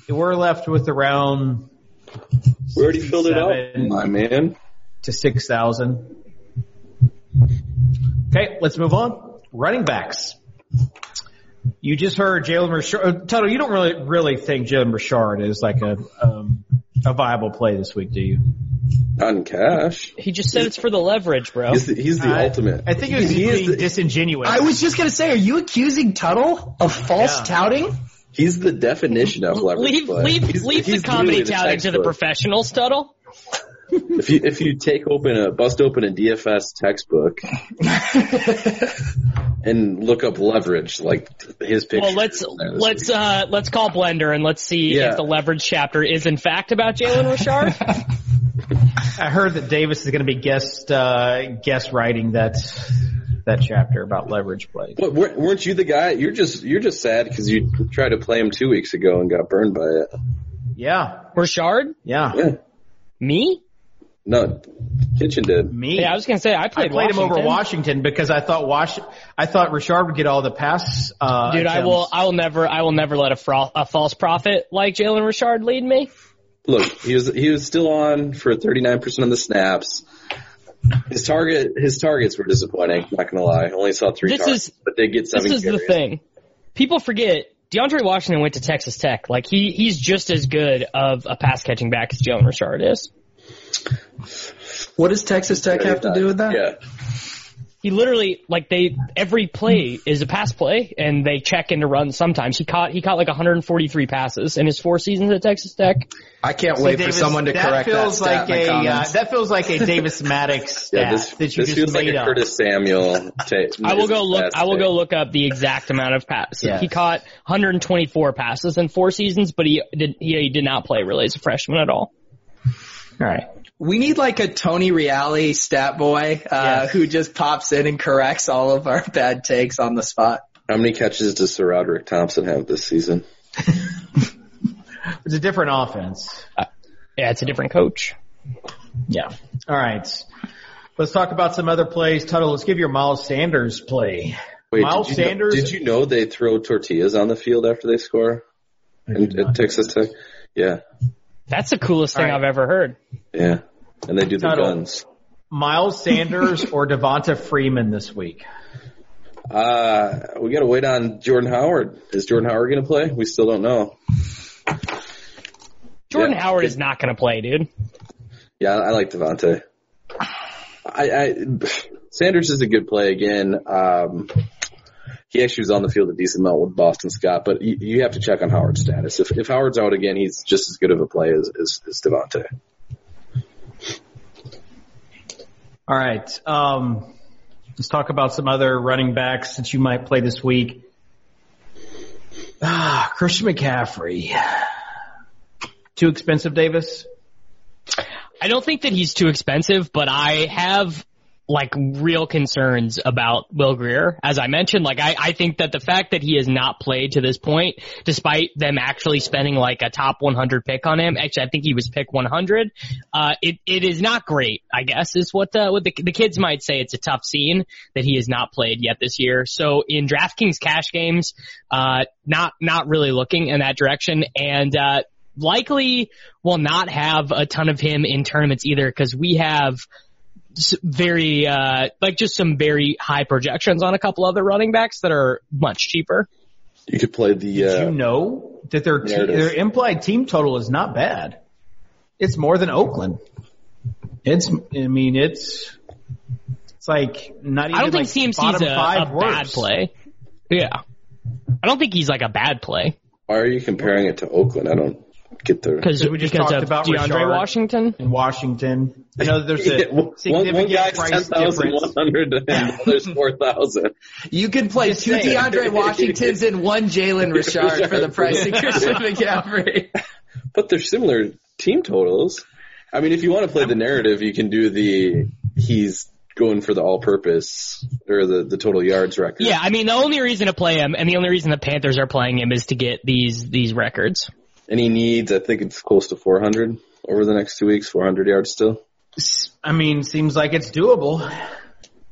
S1: we're left with around
S2: (laughs) we already filled it out,
S1: Seven.
S2: my man.
S1: to 6,000. Okay, let's move on. Running backs. You just heard Jalen Richard. Tuttle, you don't really really think Jalen Richard is like a um, a viable play this week, do you?
S2: Not in cash.
S3: He just said it's for the leverage, bro.
S2: He's the, he's the
S1: I-
S2: ultimate.
S1: I think it was
S4: He is
S1: being
S4: the-
S1: disingenuous.
S4: I was just gonna say, are you accusing Tuttle of false
S1: Yeah.
S4: touting?
S2: He's the definition of leverage
S3: Leave
S2: play.
S3: leave
S2: He's-
S3: leave the
S2: he's
S3: comedy
S2: literally
S3: touting to the
S2: textbook.
S3: professionals, Tuttle.
S2: If you if you take open a bust open a DFS
S4: (laughs)
S2: textbook and look up leverage, like his picture.
S3: Well, let's
S2: is there this
S3: let's
S2: week.
S3: uh let's call Blender and let's see
S2: Yeah.
S3: if the leverage chapter is in fact about Jalen Richard. (laughs)
S1: I heard that Davis is going to be guest uh, guest writing that that chapter about leverage plays.
S2: What, wer- weren't you the guy? You're just you're just sad because you tried to play him two weeks ago and got burned by it.
S1: Yeah,
S3: Richard?
S1: yeah.
S2: Yeah.
S3: Me?
S2: No, Kitchen did.
S1: Me.
S3: Yeah, I was gonna say I
S1: I
S3: played.
S1: played him over
S3: Washington.
S1: Washington because I thought Wash, I thought Richard would get all the pass. Uh,
S3: Dude, I
S1: attempts.
S3: will. I will never. I will never let a, fro- a false prophet like Jalen Richard lead me.
S2: Look, he was he was still on for 39% of the snaps. His target his targets were disappointing. Not gonna lie, only saw three
S3: This
S2: targets,
S3: is-
S2: but they get seven
S3: This is the
S2: carries.
S3: thing. People forget DeAndre Washington went to Texas Tech. Like he, he's just as good of a pass catching back as Jalen Richard is.
S4: What does Texas Tech have to do with that?
S2: Yeah,
S3: He literally like they every play is a pass play, and they check into run sometimes. He caught he caught like 143 passes in his four seasons at Texas Tech.
S4: I can't
S1: See,
S4: wait
S1: Davis,
S4: for someone to
S1: that
S4: correct
S1: feels
S4: that
S1: like
S4: stat in the
S1: a, uh,
S4: comments.
S1: that feels like a
S4: (laughs)
S1: Davis Maddox stat
S2: yeah. This,
S1: that you just
S2: this feels like
S1: made
S2: a
S1: up.
S2: Curtis Samuel. ta-
S3: I will go look.
S2: pass
S3: I will
S2: take.
S3: go look up the exact amount of passes.
S4: Yes.
S3: He caught 124 passes in four seasons, but he did. He did not play really as a freshman at all.
S4: All right. We need like a Tony Reale stat boy uh,
S1: Yes.
S4: who just pops in and corrects all of our bad takes on the spot.
S2: How many catches does Sir Roderick Thompson have this season?
S1: It's a different offense.
S3: Yeah, it's a different coach.
S1: Yeah. All right. Let's talk about some other plays. Tuttle, let's give your Miles Sanders play.
S2: Wait,
S1: Miles
S2: did you know-
S1: Sanders-
S2: did you know they throw tortillas on the field after they score? In, at Texas Tech? Yeah,
S3: That's the coolest thing
S1: All right.
S3: I've ever heard.
S2: yeah. And they do the
S1: Tuttle.
S2: guns.
S1: Miles
S4: (laughs)
S1: Sanders or Devonta Freeman this week?
S2: Uh, we gotta wait on Jordan Howard. Is Jordan Howard gonna play? We still don't know.
S3: Jordan
S2: Yeah.
S3: Howard is not going to play, dude.
S2: Yeah, I, I like Devontae. I, I, Sanders is a good play again. Um, he actually was on the field a decent amount with Boston Scott, but you, you have to check on Howard's status. If, if Howard's out again, he's just as good of a play as, as, as Devontae.
S1: All right. Um, let's talk about some other running backs that you might play this week. Ah, Christian McCaffrey. Too expensive, Davis?
S3: I don't think that he's too expensive, but I have like real concerns about Will Greer. As I mentioned, like I, I think that the fact that he has not played to this point, despite them actually spending like a top 100 pick on him, actually I think he was pick 100. Uh, it, it is not great, I guess is what the, what the, the kids might say. It's a tough scene that he has not played yet this year. So in DraftKings cash games, uh, not, not really looking in that direction. And, uh, likely will not have a ton of him in tournaments either because we have s- very uh like just some very high projections on a couple other running backs that are much cheaper.
S2: You could play the,
S1: Did
S2: uh,
S1: you know that their te-
S2: There it is.
S1: their implied team total is not bad? It's more than Oakland. It's I mean it's it's like not even
S3: I don't
S1: like
S3: think CMC's
S1: bottom
S3: a,
S1: five
S3: a
S1: worst.
S3: bad play. Yeah. I don't think he's like a bad play
S2: why are you comparing it to Oakland? I don't get the,
S3: because
S1: 'Cause we just
S3: because
S1: talked
S3: of
S1: about
S3: DeAndre
S1: Richard.
S3: Washington.
S1: in Washington. I know there's
S2: Yeah,
S1: a
S2: (laughs) one,
S1: significant
S2: one guy's
S1: price
S2: 10,100 and the other's 4,000.
S4: You can play two
S2: saying.
S4: DeAndre Washingtons and one (laughs) Jalen Richard for the
S2: Richard.
S4: price of Christian McCaffrey.
S2: But they're similar team totals. I mean, if you want to play the narrative, you can do the he's going for the all-purpose or the the total yards record.
S3: Yeah, I mean the only reason to play him and the only reason the Panthers are playing him is to get these these records.
S2: and he needs, I think it's close to 400 over the next two weeks, 400 yards still.
S1: I mean seems like it's doable.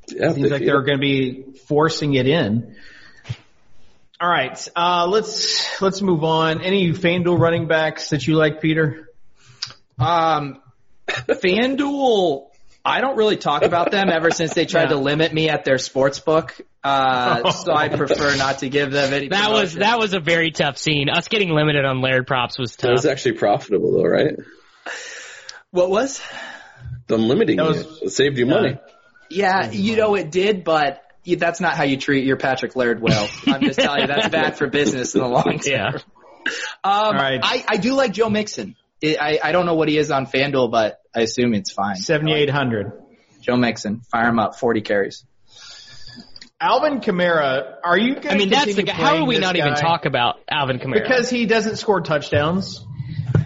S2: Yeah,
S1: Seems like they're going to be forcing it in. All right, uh, let's let's move on. Any Fanduel running backs that you like, Peter?
S4: Um, FanDuel, I don't really talk about them ever since they tried
S1: Yeah.
S4: to limit me at their sports book. Uh, so I prefer not to give them any.
S3: That was
S4: promotion.
S3: that was a very tough scene. Us getting limited on layered props was
S2: That
S3: tough.
S2: was actually profitable though, right?
S4: What was?
S2: Them limiting
S1: That was-
S2: you. It saved you money.
S4: Yeah, you know it did, but you- that's not how you treat your Patrick Laird well. I'm just telling you, that's bad for business in the long term.
S3: yeah.
S4: Um,
S1: right.
S4: I, I do like Joe Mixon. I, I- I don't know what he is on FanDuel, but I assume it's fine.
S1: Seventy eight hundred.
S4: Joe Mixon, fire him up, 40 carries.
S1: Alvin Kamara, are you? Gonna
S3: I mean, that's the
S1: continue
S3: guy. How do
S1: playing
S3: we
S1: this
S3: not even
S1: guy?
S3: talk about Alvin Kamara?
S1: Because he doesn't score touchdowns.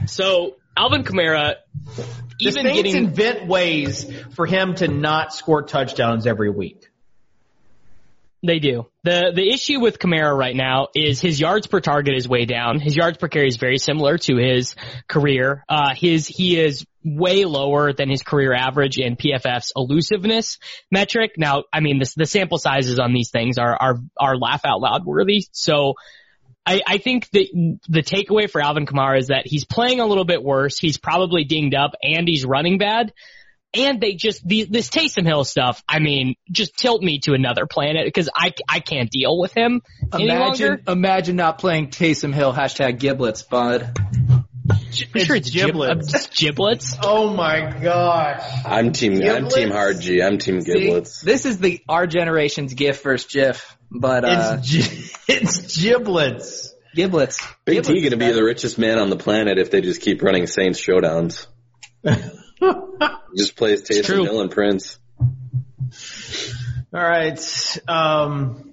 S3: so Alvin Kamara,
S1: The
S3: even
S1: Saints
S3: getting
S1: invent ways for him to not score touchdowns every week.
S3: They do. The the issue with Kamara right now is his yards per target is way down. His yards per carry is very similar to his career. Uh his he is way lower than his career average in PFF's elusiveness metric. Now, I mean this the sample sizes on these things are are are laugh out loud worthy. So I, I think that the takeaway for Alvin Kamara is that he's playing a little bit worse. He's probably dinged up and he's running bad and they just the, this Taysom Hill stuff. I mean, just tilt me to another planet because I I can't deal with him any
S4: Imagine,
S3: longer.
S4: imagine not playing Taysom Hill. Hashtag giblets, bud.
S3: I'm sure it's gib-
S1: giblets.
S3: it's giblets.
S1: Oh my gosh.
S2: I'm team. I'm
S1: Giblets?
S2: team hard G. I'm team
S4: See,
S2: giblets.
S4: this is the our generation's GIF versus GIF, but uh,
S1: It's gi- (laughs) it's giblets.
S4: giblets.
S2: Big
S4: giblets
S2: T gonna
S4: is
S2: be
S4: better.
S2: the richest man on the planet if they just keep running Saints
S1: (laughs)
S2: showdowns. just plays
S3: true.
S2: Taysom Hill and Prince.
S1: All right. Um,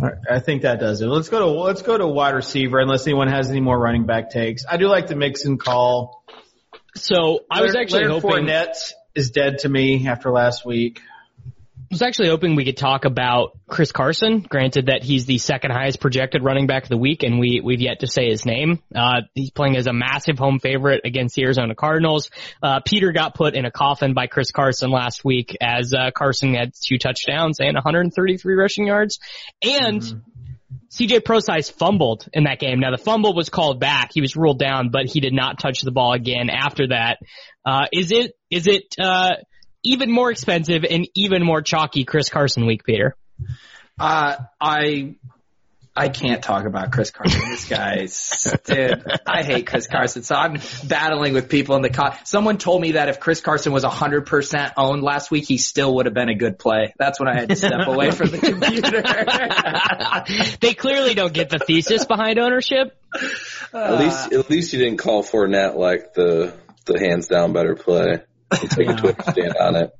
S1: all right, I think that does it. Let's go to let's go to wide receiver unless anyone has any more running back takes. I do like the mix and call.
S3: So I was
S1: Leonard-
S3: actually
S1: Leonard
S3: hoping
S1: Fournette is dead to me after last week.
S3: I was actually hoping we could talk about Chris Carson. Granted that he's the second highest projected running back of the week, and we we've yet to say his name. Uh, he's playing as a massive home favorite against the Arizona Cardinals. Uh, Peter got put in a coffin by Chris Carson last week as uh, Carson had two touchdowns and 133 rushing yards, and. CJ Procise fumbled in that game. Now the fumble was called back. He was ruled down, but he did not touch the ball again after that. Uh, is it, is it, uh, even more expensive and even more chalky Chris Carson week, Peter? (laughs)
S4: Uh, I I can't talk about Chris Carson. This guy's dude. I hate Chris Carson. So I'm battling with people in the co- Someone told me that if Chris Carson was 100% owned last week, he still would have been a good play. That's when I had to step away from the computer. (laughs)
S3: they clearly don't get the thesis behind ownership.
S2: At
S3: Uh,
S2: least, at least you didn't call Fournette like the the hands down better play. You
S3: (laughs)
S2: take a Twitter stand on it.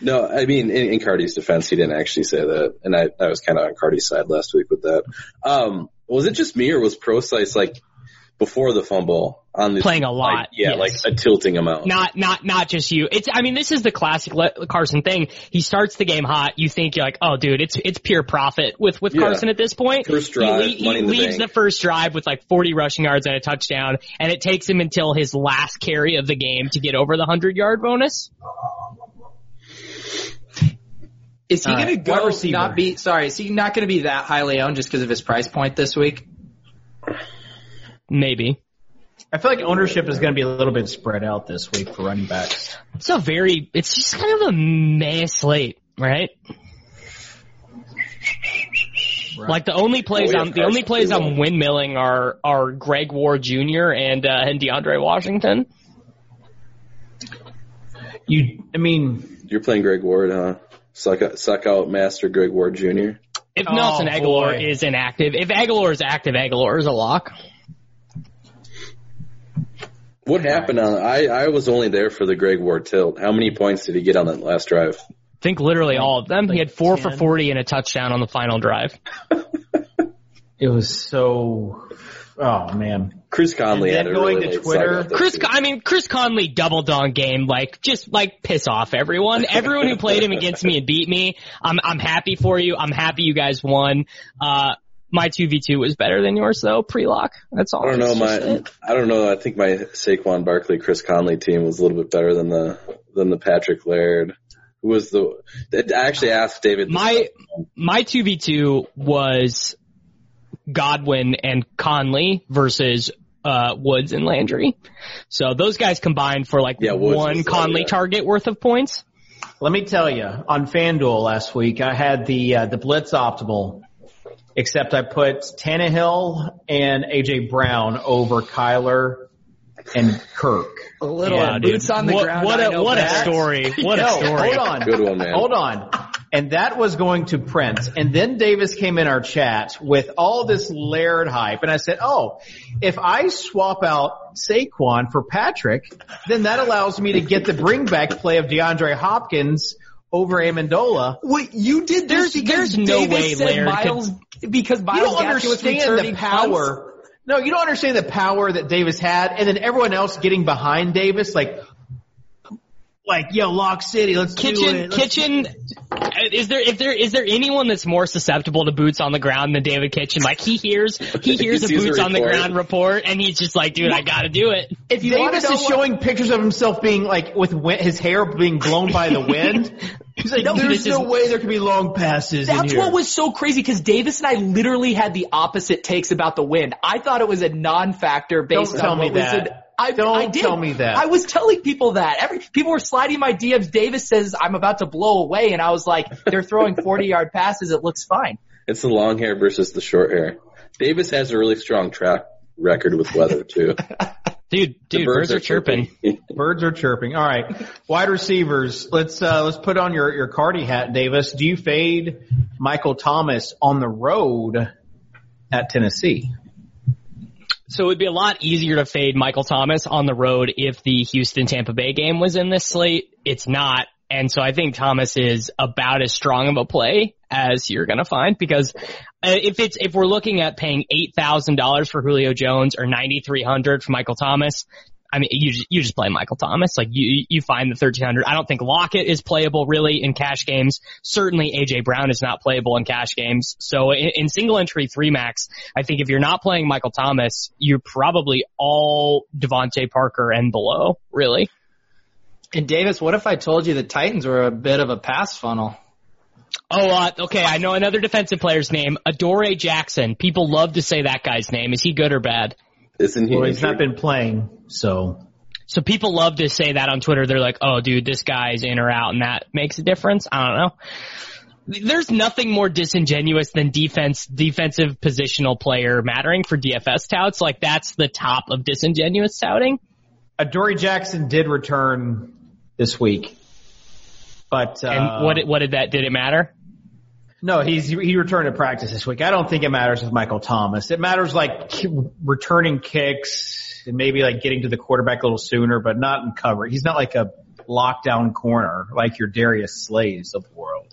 S2: No, I mean in, in Cardi's defense, he didn't actually say that, and I, I was kind of on Cardi's side last week with that. Um, was it just me or was Procyse like before the fumble on this
S3: Playing a lot,
S2: Like, yeah,
S3: yes.
S2: like a tilting amount.
S3: Not, not, not just you. It's, I mean, this is the classic Le- Carson thing. He starts the game hot. You think you're like, oh dude, it's, it's pure profit with, with
S2: Yeah.
S3: Carson at this point.
S2: First drive,
S3: he, he
S2: money in the bank.
S3: leaves the first drive with like 40 rushing yards and a touchdown, and it takes him until his last carry of the game to get over the 100 yard bonus.
S4: Is he
S1: All
S4: going
S1: right,
S4: to
S1: wide
S4: go
S1: receiver.
S4: not be sorry? Is he not going to be that highly owned just because of his price point this week?
S3: Maybe.
S1: I feel like ownership is going to be a little bit spread out this week for running backs.
S3: It's a very, it's just kind of a meh slate, right? Like the only plays
S2: Oh, yeah,
S3: I'm, the only
S2: Carson
S3: plays
S2: too,
S3: I'm windmilling are, are Greg Ward Jr. and, uh, and DeAndre Washington.
S1: You, I mean,
S2: You're playing Greg Ward, huh? Suck out, suck out, master Greg Ward Jr.
S3: If
S1: Oh,
S3: Nelson Aguilar
S1: boy.
S3: is inactive, if Aguilar is active, Aguilar is a lock.
S2: What happened on? I I was only there for the Greg Ward tilt. How many points did he get on that last drive?
S3: I think literally all of them. he had four for
S1: 10.
S3: 40 and a touchdown on the final drive.
S1: it was so. Oh man.
S2: Chris Conley
S1: And
S2: had
S1: then
S2: a
S1: going
S2: really
S1: to
S2: late
S1: Twitter-
S2: saga.
S3: Chris, I mean, Chris Conley double dong game, like, just like piss off everyone. Everyone who played him against me and beat me, I'm, I'm happy for you. I'm happy you guys won. Uh, my 2v2 was better than yours though, pre-lock. That's all.
S2: I don't know
S3: That's just
S2: my
S3: it.
S2: I don't know. I think my Saquon Barkley Chris Conley team was a little bit better than the than the Patrick Laird. Who was the? I actually asked David. this
S3: My, my 2v2 was Godwin and Conley versus uh, Woods and Landry. So those guys combined for like
S2: Yeah, Woods
S3: one
S2: is, uh,
S3: Conley
S2: yeah.
S3: target worth of points.
S1: Let me tell you, on FanDuel last week, I had the uh, the blitz optimal, except I put Tannehill and AJ Brown over Kyler and Kirk.
S4: A little
S3: Yeah, dude.
S4: boots on the
S3: what,
S4: ground.
S3: What
S4: I
S3: a
S4: know
S3: what
S4: that.
S3: a
S4: (laughs)
S3: story! What
S1: No,
S3: a story!
S1: Hold on,
S2: Good one, man.
S1: Hold on. And that was going to Prince. And then Davis came in our chat with all this Laird hype. And I said, oh, if I swap out Saquon for Patrick, then that allows me to get the bring back play of DeAndre Hopkins over Amendola.
S4: Wait, you did
S3: There's-
S4: this because
S3: there's no
S4: Davis
S3: way
S4: said
S3: Laird
S4: Miles because Miles
S1: You don't
S4: Gaskin was
S1: understand the
S4: returning punts?
S1: power. No, you don't understand the power that Davis had and then everyone else getting behind Davis like like yo, Lock City, let's do
S3: Kitchen,
S1: it. Let's
S3: kitchen, uh, Dude, is there if there is there anyone that's more susceptible to boots on the ground than David Kitchen? Like he hears he hears
S2: sees
S3: a
S2: the
S3: boots on the
S2: report.
S3: ground report and he's just like, dude, I gotta do it.
S1: If
S4: you wanna
S1: Davis
S4: know
S1: is
S4: what-
S1: showing pictures of himself being like with wi- his hair being blown by the
S4: (laughs)
S1: wind, he's like,
S3: this
S1: there's no
S3: is-
S1: way there could be long passes. in
S4: That's
S1: here.
S4: what was so crazy because Davis and I literally had the opposite takes about the wind. I thought it was a non-factor based
S1: Don't tell
S4: on
S1: me
S4: what was
S1: that.
S4: in- I,
S1: Don't
S4: I did.
S1: tell me that.
S4: I was telling people that. Every people were sliding my DMs. Davis says I'm about to blow away, and I was like,
S1: (laughs)
S4: they're throwing 40 yard passes. It looks fine.
S2: It's the long hair versus the short hair. Davis has a really strong track record with weather
S3: (laughs)
S2: too.
S3: Dude,
S2: The
S3: dude, birds, are chirping.
S1: (laughs) Birds are chirping. All right, wide receivers. Let's uh, let's put on your your Cardi hat, Davis. Do you fade Michael Thomas on the road at Tennessee?
S3: So it would be a lot easier to fade Michael Thomas on the road if the Houston Tampa Bay game was in this slate. It's not. And so I think Thomas is about as strong of a play as you're going to find because uh, if it's, if we're looking at paying $8,000 for Julio Jones or 9,300 for Michael Thomas, I mean, you just, you just play Michael Thomas. Like you, you find the 1300. I don't think Lockett is playable really in cash games. Certainly AJ Brown is not playable in cash games. So in, in single entry three max, I think if you're not playing Michael Thomas, you're probably all Devontae Parker and below, really.
S4: And Davis, what if I told you the Titans were a bit of a pass funnel?
S3: Oh, uh, okay. I know another defensive player's name, Adore Jackson. People love to say that guy's name. Is he good or bad?
S2: (laughs) Isn't he?
S1: Well, he's not been playing, so
S3: So people love to say that on Twitter. They're like, oh dude, this guy's in or out and that makes a difference. I don't know. There's nothing more disingenuous than defense, defensive positional player mattering for DFS touts. Like that's the top of disingenuous touting.
S1: Adoree Uh, Jackson did return this week, but uh,
S3: And what, did- what did that, did it matter?
S1: No, he's he returned to practice this week. I don't think it matters with Michael Thomas. It matters like ki- returning kicks and maybe like getting to the quarterback a little sooner, but not in cover. He's not like a lockdown corner like your Darius Slays of the world.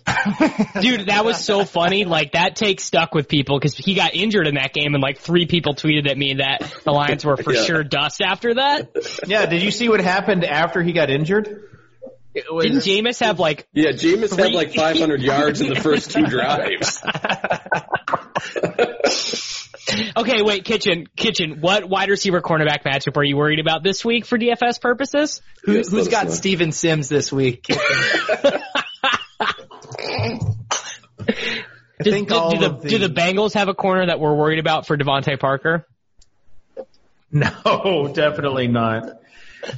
S3: Dude, that was so funny. Like that take stuck with people because he got injured in that game, and like three people tweeted at me that the Lions were for
S2: Yeah.
S3: sure dust after that.
S1: Yeah, did you see what happened after he got injured? It was-
S3: Didn't Jameis have like?
S2: Yeah, Jameis had
S3: (laughs) Three-
S2: like 500 yards in the first two
S3: (laughs)
S2: drives.
S3: Okay, wait, kitchen, kitchen. What wide receiver cornerback matchup are you worried about this week for DFS purposes?
S4: Who,
S2: Yes,
S4: who's
S2: let us
S4: got
S2: know.
S4: Steven Sims this week?
S3: Does-
S1: think
S3: do, do
S1: all
S3: the,
S1: of the-
S3: do the Bengals have a corner that we're worried about for Devontae Parker?
S1: (laughs) no, definitely not.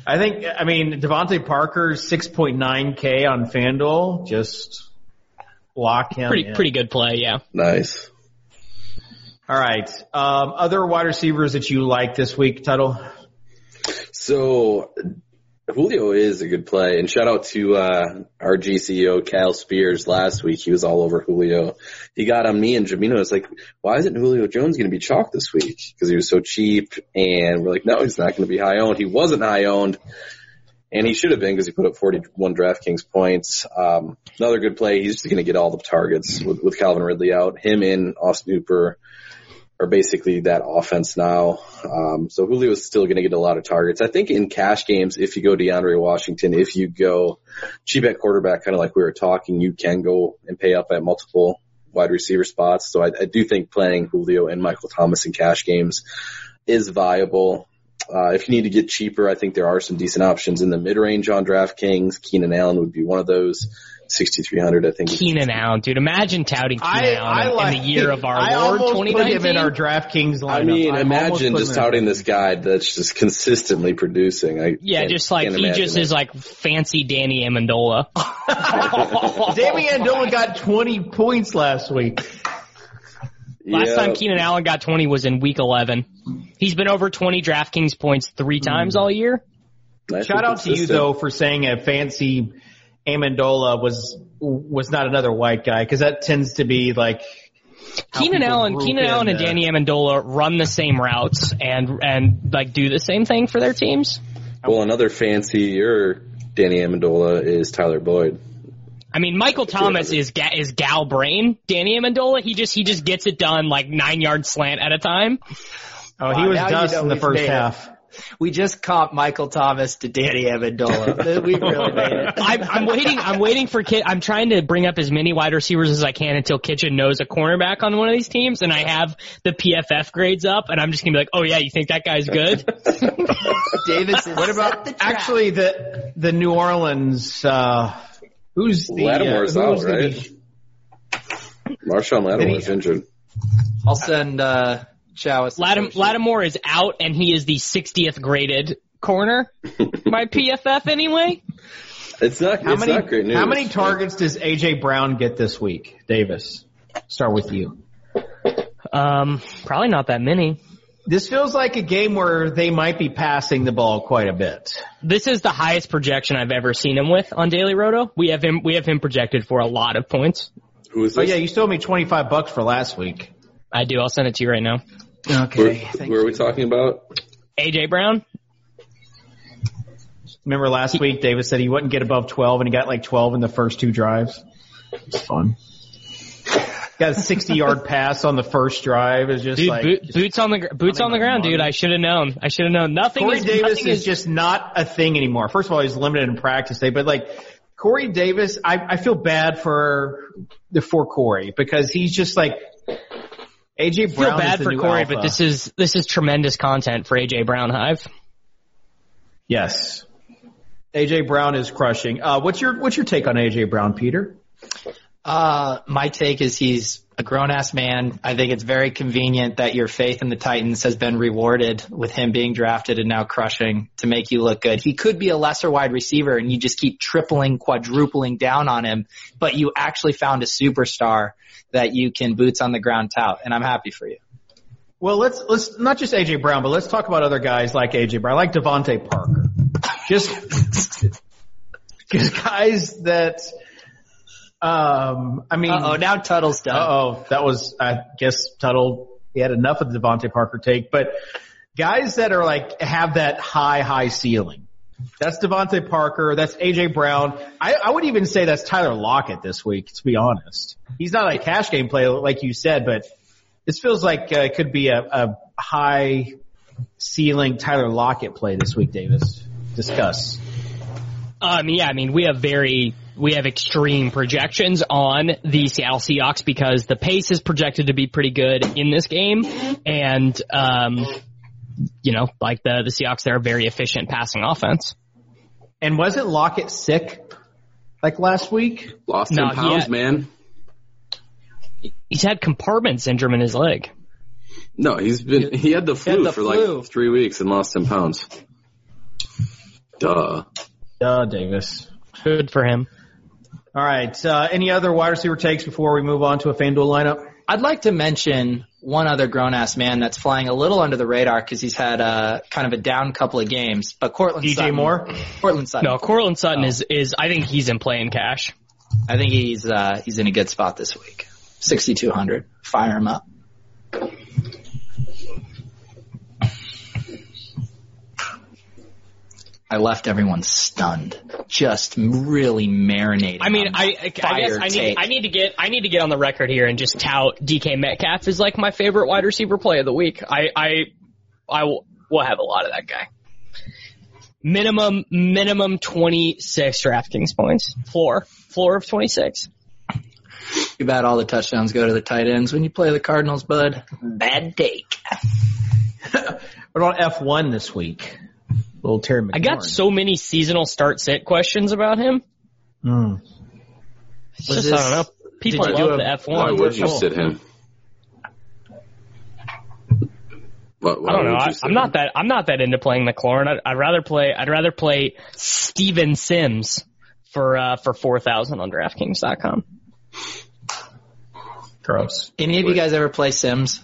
S1: I think I mean Devontae Parker's 6.9k on FanDuel. Just lock him.
S3: Pretty
S1: in.
S3: pretty good play, yeah.
S2: Nice.
S1: All right. Um, other wide receivers that you like this week, Tuttle?
S2: So Julio is a good play, and shout out to uh, our GCO Cal Spears last week. He was all over Julio. He got on me and Jamino. It's like, why isn't Julio Jones going to be chalked this week? Because he was so cheap, and we're like, no, he's not going to be high owned. He wasn't high owned. And he should have been because he put up 41 DraftKings points. Um, another good play. He's just going to get all the targets with, with Calvin Ridley out. Him in Austin Hooper are basically that offense now. Um, so Julio is still going to get a lot of targets. I think in cash games, if you go DeAndre Washington, if you go cheap at quarterback, kind of like we were talking, you can go and pay up at multiple wide receiver spots. So I, I do think playing Julio and Michael Thomas in cash games is viable. Uh, if you need to get cheaper, I think there are some decent options in the mid range on DraftKings. Keenan Allen would be one of those. 6,300, I think. is-
S3: Keenan Allen, dude. Imagine touting Keenan Allen in- in the year of our
S1: I
S3: Lord
S1: almost put him
S3: 2019.
S1: in our DraftKings lineup.
S2: I mean,
S1: almost
S2: imagine
S1: put
S2: just
S1: him in.
S2: touting this guy that's just consistently producing. I
S3: yeah,
S2: can't-
S3: just like
S2: can't
S3: he
S2: imagine
S3: just
S2: it.
S3: is like fancy
S1: (laughs)
S3: Danny Amendola.
S2: (laughs)
S3: (laughs)
S1: Damian Dillon got 20 points last week.
S3: Last
S2: Yeah.
S3: time Keenan Allen got 20 was in week 11. He's been over 20 DraftKings points three
S1: Hmm.
S3: times all year.
S2: Nice
S1: Shout
S2: and
S1: out to you
S2: consistent.
S1: though for saying a fancy Amendola was was not another white guy because that tends to be like how
S3: Keenan
S1: people
S3: Allen,
S1: group
S3: Keenan
S1: in
S3: Allen and
S1: the-
S3: Danny Amendola run the same routes and, and like do the same thing for their teams.
S2: Well, another fancier Danny Amendola is Tyler Boyd.
S3: I mean, Michael Thomas is ga- is gal brain. Danny Amendola, he just, he just gets it done like nine yard slant at a time.
S1: Oh, he was
S4: now you
S1: dust
S4: know
S1: in the
S4: he's
S1: first
S4: made it.
S1: half.
S4: We just comped Michael Thomas to Danny (laughs) Amendola. We've really made it.
S3: I'm, I'm waiting. I'm waiting for Kit. I'm trying to bring up as many wide receivers as I can until Kitchen knows a cornerback on one of these teams, and I have the PFF grades up, and I'm just gonna be like, "Oh yeah, you think that
S1: (laughs)
S3: guy's good?"
S4: Davis is
S1: What
S4: set
S1: about
S4: the trap.
S1: actually the the New Orleans? Uh, who's the
S2: Lattimore's
S1: uh,
S2: out,
S1: who's the-
S2: right? Marshawn
S1: Did
S2: Lattimore's
S1: he-
S2: injured.
S4: I'll send uh Chalice.
S3: Lattim- Lattimore is out, and he is the 60th graded corner by PFF anyway.
S2: It's not.
S1: How
S2: it's
S1: many
S2: not great news.
S1: how many targets does AJ Brown get this week, Davis? Start with you.
S3: Um, probably not that many.
S1: This feels like a game where they might be passing the ball quite a bit.
S3: This is the highest projection I've ever seen him with on Daily Roto. We have him. We have him projected for a lot of points.
S2: Who is
S1: Oh
S2: this?
S1: yeah, you still owe me twenty five bucks for last week.
S3: I do. I'll send it to you right now.
S2: Where,
S4: Okay.
S2: where are we talking about?
S3: AJ Brown.
S1: Remember last week, Davis said he wouldn't get above 12, and he got like 12 in the first two drives. It's fun. Got a 60 (laughs) yard pass on the first drive. It's just
S3: Dude,
S1: like
S3: boot, boots on the gr- boots on the ground, dude. I should have known. I should have known. Nothing
S1: Corey
S3: is
S1: Davis
S3: nothing
S1: is, just not a thing anymore. First of all, he's limited in practice day, but like Corey Davis, I, I feel bad for the for Corey because he's just like AJ
S3: feel
S1: Brown. is
S3: bad
S1: the
S3: for
S1: new
S3: Corey,
S1: alpha.
S3: but this is this is tremendous content for AJ Brown Hive.
S1: yes. AJ Brown is crushing. Uh, what's your what's your take on AJ Brown, Peter?
S4: Uh, my take is he's a grown ass man. I think it's very convenient that your faith in the Titans has been rewarded with him being drafted and now crushing to make you look good. He could be a lesser wide receiver and you just keep tripling, quadrupling down on him, but you actually found a superstar that you can boots on the ground tout and I'm happy for you.
S1: Well, let's let's not just AJ Brown, but let's talk about other guys like AJ Brown, like Devonte Parker. Just, (laughs) just guys that, um, I mean,
S4: Uh oh, now Tuttle's done.
S1: oh, that was I guess Tuttle. He had enough of the Devonte Parker take, but guys that are like have that high high ceiling. That's Devonte Parker. That's AJ Brown. I, I would even say that's Tyler Lockett this week. To be honest, he's not a cash game play like you said, but this feels like uh, it could be a, a high ceiling Tyler Lockett play this week. Davis, discuss.
S3: Um, yeah, I mean, we have very, we have extreme projections on the Seattle Seahawks because the pace is projected to be pretty good in this game. And, um, you know, like the, the Seahawks, they're a very efficient passing offense.
S1: And wasn't Lockett sick like last week?
S2: Lost
S3: No,
S2: ten pounds,
S3: he-
S2: man.
S3: He's had compartment syndrome in his leg.
S2: No, he's been. He had the flu
S4: the
S2: for
S4: flu.
S2: like three weeks and lost ten pounds. Duh.
S1: Duh, Davis.
S3: Good for him.
S1: All right. Uh, any other wide receiver takes before we move on to a FanDuel lineup?
S4: I'd like to mention one other grown ass man that's flying a little under the radar because he's had uh, kind of a down couple of games. But Cortland
S1: DJ
S4: Sutton,
S1: Moore?
S4: Cortland Sutton.
S3: No, Corlin Sutton is, is, I think he's in play in cash.
S4: I think he's uh, he's in a good spot this week. 6200. Fire him up. I left everyone stunned, just really marinating.
S3: I mean,
S4: on
S3: I, I
S4: Um, fire
S3: guess I need,
S4: take.
S3: I need to get, I need to get on the record here and just tout DK Metcalf is like my favorite wide receiver play of the week. I, I, I will, will have a lot of that guy. Minimum, minimum 26 DraftKings points. Floor, floor of 26.
S4: Too bad all the touchdowns go to the tight ends when you play the Cardinals, bud. Bad take.
S1: What about F1 this week? Little Terry McLaurin.
S3: I got so many seasonal start sit questions about him.
S1: Hmm.
S3: It's
S4: Was
S3: just, I don't
S4: this-
S3: know. People
S4: did you do
S3: love
S4: a-
S3: the F1.
S2: Why would you
S3: Cool.
S2: sit him? Why, why
S3: I don't know.
S2: would you
S3: I,
S2: sit
S3: I'm not
S2: him?
S3: that. I'm not that into playing McLaurin. I'd, I'd rather play. I'd rather play Steven Sims for uh, for four thousand on DraftKings.com.
S1: Gross.
S4: Any of you guys ever play Sims?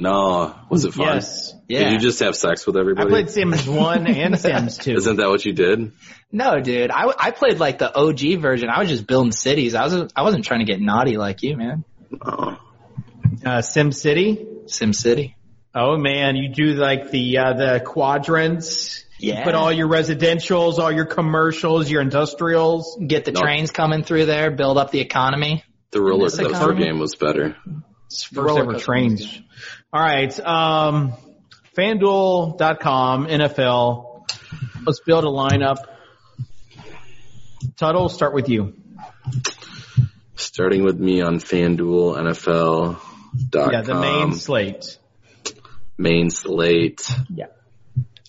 S2: No. Was it fun?
S1: Yes.
S4: Yeah.
S2: Did you just have sex with
S1: I
S2: everybody?
S1: played Sims 1
S3: (laughs)
S1: and Sims 2.
S2: Isn't that what you did?
S4: No, dude. I, I played like the OG version. I was just building cities. I was I wasn't trying to get naughty like you, man.
S2: No.
S1: Uh, Sim City.
S4: Sim City.
S1: Oh man, you do like the, uh, the quadrants.
S4: Yeah.
S1: Put all your residentials, all your commercials, your industrials.
S4: get the
S2: No.
S4: trains coming through there, build up the economy.
S2: The roller
S4: Is this a
S2: coaster
S4: comedy?
S2: game was better.
S4: It's
S1: First ever trains. All right. Um, FanDuel.com, NFL. Let's build a lineup. Tuttle, start with you.
S2: Starting with me on FanDuel NFL.
S1: Yeah, the main slate.
S2: main slate.
S1: Yeah.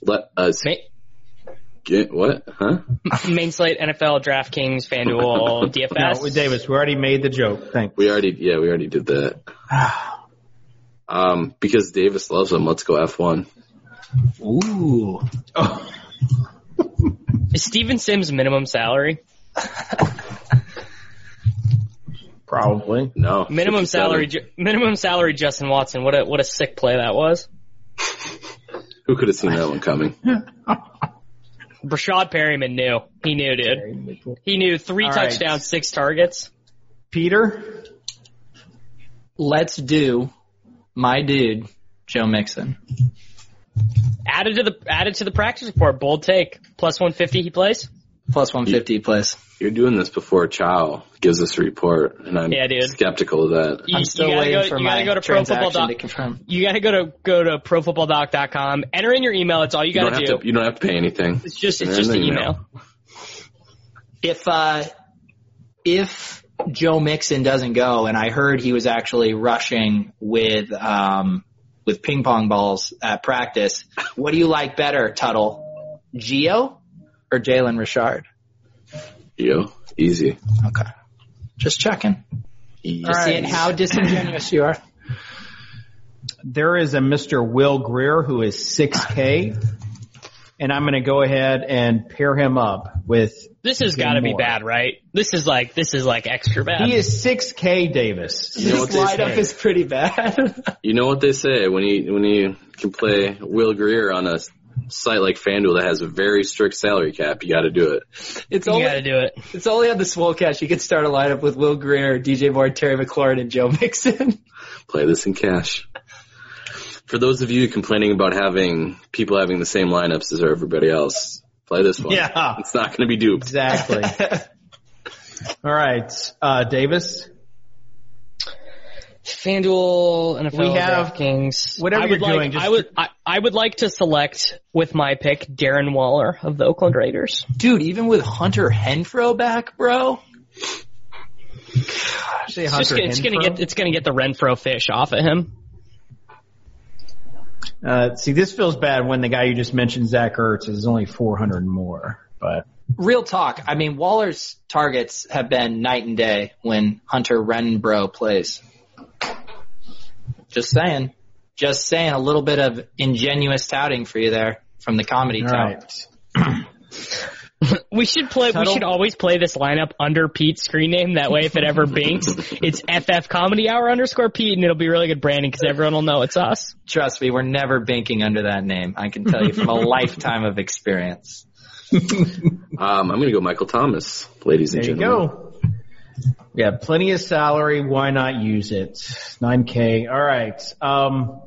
S2: Let us
S3: Ma-
S2: get what? Huh?
S3: Main slate, NFL, DraftKings, (laughs) FanDuel, DFS.
S1: No, with Davis, we already made the joke. Thanks.
S2: We already yeah, we already did
S3: (sighs)
S2: that. Um, because Davis loves him, let's go F one.
S1: Ooh. Oh,
S3: Is Steven Sims minimum salary?
S1: probably.
S2: No.
S3: Minimum
S2: 57.
S3: salary. Ju- minimum salary. Justin Watson. What a what a sick play that was.
S2: Who could have seen that one
S3: (laughs)
S2: coming?
S3: Brashad Perryman knew. He knew, dude. He knew three
S1: All right.
S3: touchdowns, six targets.
S1: Peter?
S4: Let's do my dude, Joe Mixon.
S3: Added to the added to the practice report. Bold take. Plus one fifty. He plays.
S4: Plus 150, please.
S2: You're doing this before Chow gives us a report, and I'm
S3: Yeah, dude.
S2: skeptical of that.
S3: You,
S4: I'm still
S3: you gotta
S4: waiting
S3: go,
S4: for
S3: you
S4: my
S3: gotta go to
S4: transaction
S3: profootball.com.
S4: to confirm.
S3: You gotta go to go to profootballdoc.com. Enter in your email. It's all
S2: You
S3: you
S2: don't
S3: gotta
S2: have
S3: do.
S2: to. You don't have to pay anything.
S3: it's just
S2: Enter
S3: it's just
S2: in
S3: an
S2: the
S3: email.
S2: email.
S4: If uh, if Joe Mixon doesn't go, and I heard he was actually rushing with um with ping pong balls at practice, what do you like better, Tuttle, Geo or Jalen Richard?
S2: You easy.
S4: Okay, just checking,
S2: easy.
S4: just seeing how disingenuous you are.
S1: There is a Mr. Will Greer who is 6K, and I'm going to go ahead and pair him up with.
S3: This has gotta be
S1: more.
S3: bad, right? This is like this is like extra bad.
S1: He is 6K, Davis.
S4: (laughs)
S2: You know
S4: This
S2: what they
S4: lineup
S2: say.
S4: is pretty bad. (laughs)
S2: You know what they say when you when you can play Will Greer on a s- site like FanDuel that has a very strict salary cap. You got to do it.
S4: it's
S3: you
S4: only
S3: gotta do it.
S4: It's only on the Swolecast. You could start a lineup with Will Greer, DJ Moore, Terry McLaurin, and Joe Mixon. (laughs)
S2: Play this in cash. For those of you complaining about having people having the same lineups as everybody else, play this one.
S1: Yeah.
S2: it's not going to be duped.
S1: Exactly. All right, uh, Davis.
S3: FanDuel, NFL,
S1: We have-
S3: DraftKings.
S1: whatever
S3: I would
S1: you're
S3: like,
S1: doing, just-
S3: I would I, I would like to select with my pick Darren Waller of the Oakland Raiders.
S4: Dude, even with Hunter Henfro back, bro.
S1: Say
S3: It's, just,
S1: Hunter
S3: gonna- it's gonna
S1: Renfrow.
S3: get it's gonna get the Renfro fish off of him.
S1: Uh, see, this feels bad when the guy you just mentioned, Zach Ertz, is only 400 and more. But
S4: Real talk. I mean, Waller's targets have been night and day when Hunter Renfro plays. Just saying. Just saying a little bit of ingenuous touting for you there from the comedy
S1: all
S4: town.
S1: right,
S3: We should play. We
S1: Tuttle?
S3: should always play this lineup under Pete's screen name. That way, if it
S2: (laughs)
S3: ever binks, it's FF Comedy Hour underscore Pete, and it'll be really good branding because everyone will know it's us.
S4: Trust me, we're never banking under that name. I can tell you from a lifetime of experience.
S2: Um, I'm going to go Michael Thomas, ladies
S1: there
S2: and
S1: you
S2: gentlemen.
S1: go. We have plenty of salary. Why not use it? 9K. All right. Um,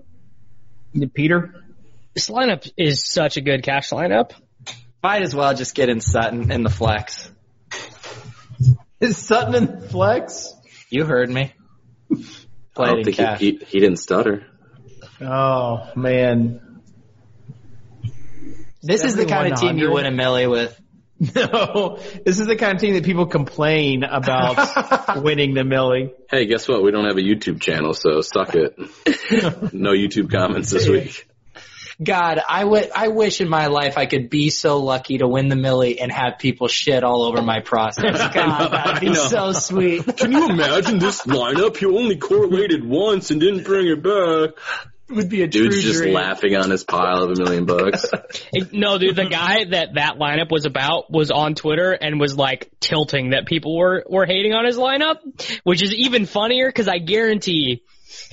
S1: Peter.
S3: This lineup is such a good cash lineup.
S4: Might as well just get in Sutton in the flex.
S1: Is Sutton in flex?
S4: You heard (laughs) me.
S2: I
S4: Played
S2: don't
S4: in
S2: think he,
S4: cash.
S2: he he didn't stutter.
S1: Oh man. (laughs)
S4: This is the kind of team
S1: 7,100.
S4: you win a millie with.
S1: No, this is the kind of team that people complain (laughs) about winning the Millie.
S2: Hey, guess what? We don't have a YouTube channel, so suck
S4: (laughs)
S2: it. no YouTube comments this week.
S4: God, I would. I wish in my life I could be so lucky to win the millie and have people shit all over my process. (laughs) God,
S2: (laughs)
S4: that'd
S2: I
S4: be
S2: know.
S4: so (laughs) sweet.
S2: Can you imagine this lineup? You only correlated once and didn't bring it back.
S4: would be a
S2: Dude's
S4: true
S2: just
S4: dream.
S2: laughing on his pile of a million
S4: (laughs)
S2: bucks.
S3: It- No, dude, the guy that that lineup was about was on Twitter and was like tilting that people were were hating on his lineup, which is even funnier because I guarantee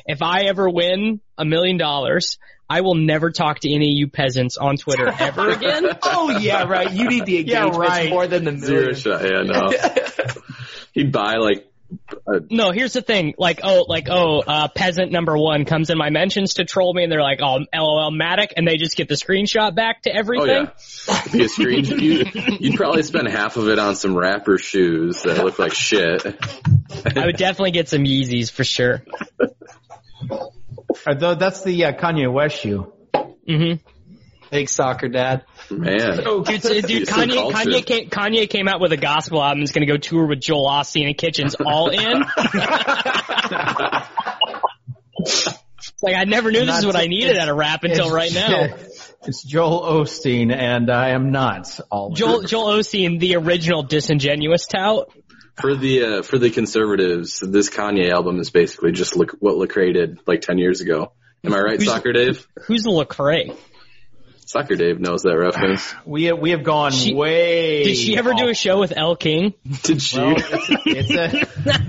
S3: if I ever win a million dollars, I will never talk to any of you peasants on Twitter
S4: (laughs)
S3: ever again.
S4: Oh yeah, right. You need the
S1: Yeah,
S4: engagement
S1: right.
S4: more than the
S2: Zero
S4: million.
S2: shot. Yeah, no.
S4: (laughs)
S2: He'd buy like
S3: No, here's the thing. Like, oh, like, oh, uh, peasant number one comes in my mentions to troll me and they're like, oh, lol, Matic, and they just get the screenshot back to
S2: oh
S3: everything.
S2: yeah, be a
S4: (laughs)
S2: screen. You, you'd probably spend half of it on some rapper shoes that look like shit.
S3: I would definitely get some Yeezys for sure.
S1: Although that's the uh, Kanye West shoe.
S3: Mm-hmm.
S4: Big soccer dad.
S2: Man.
S1: So, (laughs)
S3: Dude, so-
S2: You're
S3: dude
S2: so
S3: Kanye,
S2: cultured.
S3: Kanye, came, Kanye came out with a gospel album. He's going to go tour with Joel Osteen and Kitchens
S1: (laughs)
S3: all in. It's like I never knew this is what I needed out of rap until
S1: It's- (laughs)
S3: right now.
S1: It's Joel Osteen, and I am not all
S3: Joel Joel Osteen, the original disingenuous tout.
S2: for the uh, for the conservatives, this Kanye album is basically just look what Lecrae did like ten years ago. Am I right,
S3: Who's-
S2: Soccer Dave?
S3: Who's Lecrae?
S2: Soccer Dave knows that reference.
S1: We have, we have gone
S3: She-
S1: way.
S3: Did she ever do a
S1: off.
S3: show with L King?
S2: Did she?
S1: Well, it's,
S3: (laughs)
S1: it's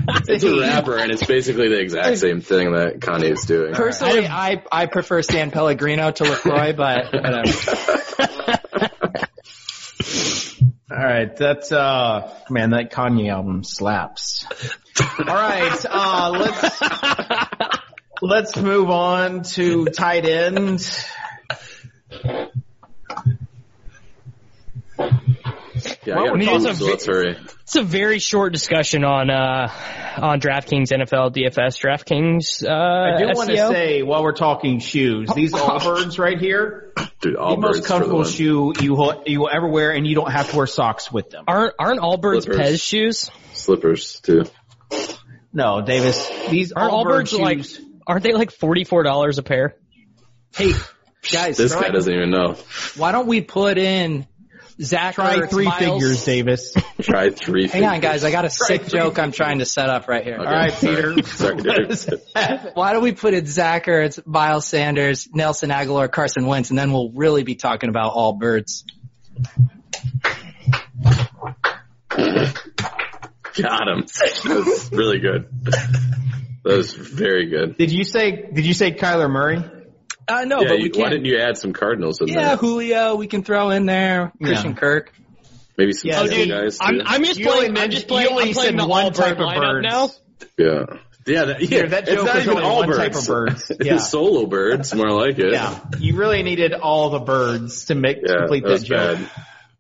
S1: a,
S2: (laughs) it's a rapper, and it's basically the exact same thing that Kanye is doing.
S4: Personally, I, I prefer San Pellegrino to Lacroix, (laughs) but whatever.
S1: all right. That's uh, man, that Kanye album slaps. All right, uh, let's let's move on to tight end.
S2: Yeah,
S3: Well,
S2: I
S3: we
S2: got
S3: also
S2: problems, so
S3: vi-
S2: let's hurry.
S3: It's a very short discussion on uh on DraftKings NFL DFS DraftKings. Uh,
S1: I do want to
S3: SEO.
S1: say while we're talking shoes,
S3: Oh,
S1: these Allbirds right here,
S2: Dude, all
S1: the most
S2: birds for the
S1: comfortable
S2: win.
S1: shoe you will, you will ever wear, and you don't have to wear socks with them.
S3: aren't aren't Allbirds
S2: Slippers.
S3: Pez shoes?
S2: Slippers too.
S1: No, Davis, these
S3: Aren't
S1: Allbirds
S3: Allbirds
S1: shoes.
S3: like aren't they like forty four dollars a pair?
S4: Hey, guys,
S2: This
S4: throw
S2: guy
S4: it-
S2: doesn't even know.
S4: why don't we put in Zach
S1: Try
S4: Ertz,
S1: three
S4: Miles-
S1: figures, Davis.
S2: Try three.
S4: Hang on, guys. I got a sick
S1: three
S4: joke I'm trying to set up right here.
S1: (laughs)
S2: Okay.
S1: All right,
S2: sorry.
S1: Peter.
S2: (laughs) Sorry,
S1: (laughs)
S2: dude.
S1: What is that?
S4: Why don't we put in Zach Ertz, Miles Sanders, Nelson Aguilar, Carson Wentz, and then we'll really be talking about all birds.
S2: Got him. That was really good. That was very good.
S1: Did you say did you say Kyler Murray?
S4: Uh, no,
S2: yeah,
S4: but
S2: you-
S4: we
S2: why
S4: can't.
S2: didn't you add some Cardinals in
S4: Yeah,
S2: there?
S4: Julio, we can throw in there. Christian
S1: Yeah.
S4: Kirk.
S2: Maybe some
S1: Yeah,
S2: yeah,
S1: Oh, dude,
S2: guys. Too.
S3: I'm, I'm just playing. I'm just playing. I'm playing the all bird lineup now.
S2: yeah. Yeah, that, yeah,
S1: that
S2: it's
S1: joke
S2: not
S1: was
S2: even
S1: only
S2: all
S1: one
S2: birds.
S1: type of birds.
S2: (laughs) It's
S1: Yeah.
S2: solo birds, more like it.
S1: Yeah, you really needed all the birds to make
S2: Yeah,
S1: complete
S2: that was
S1: that joke.
S2: bad.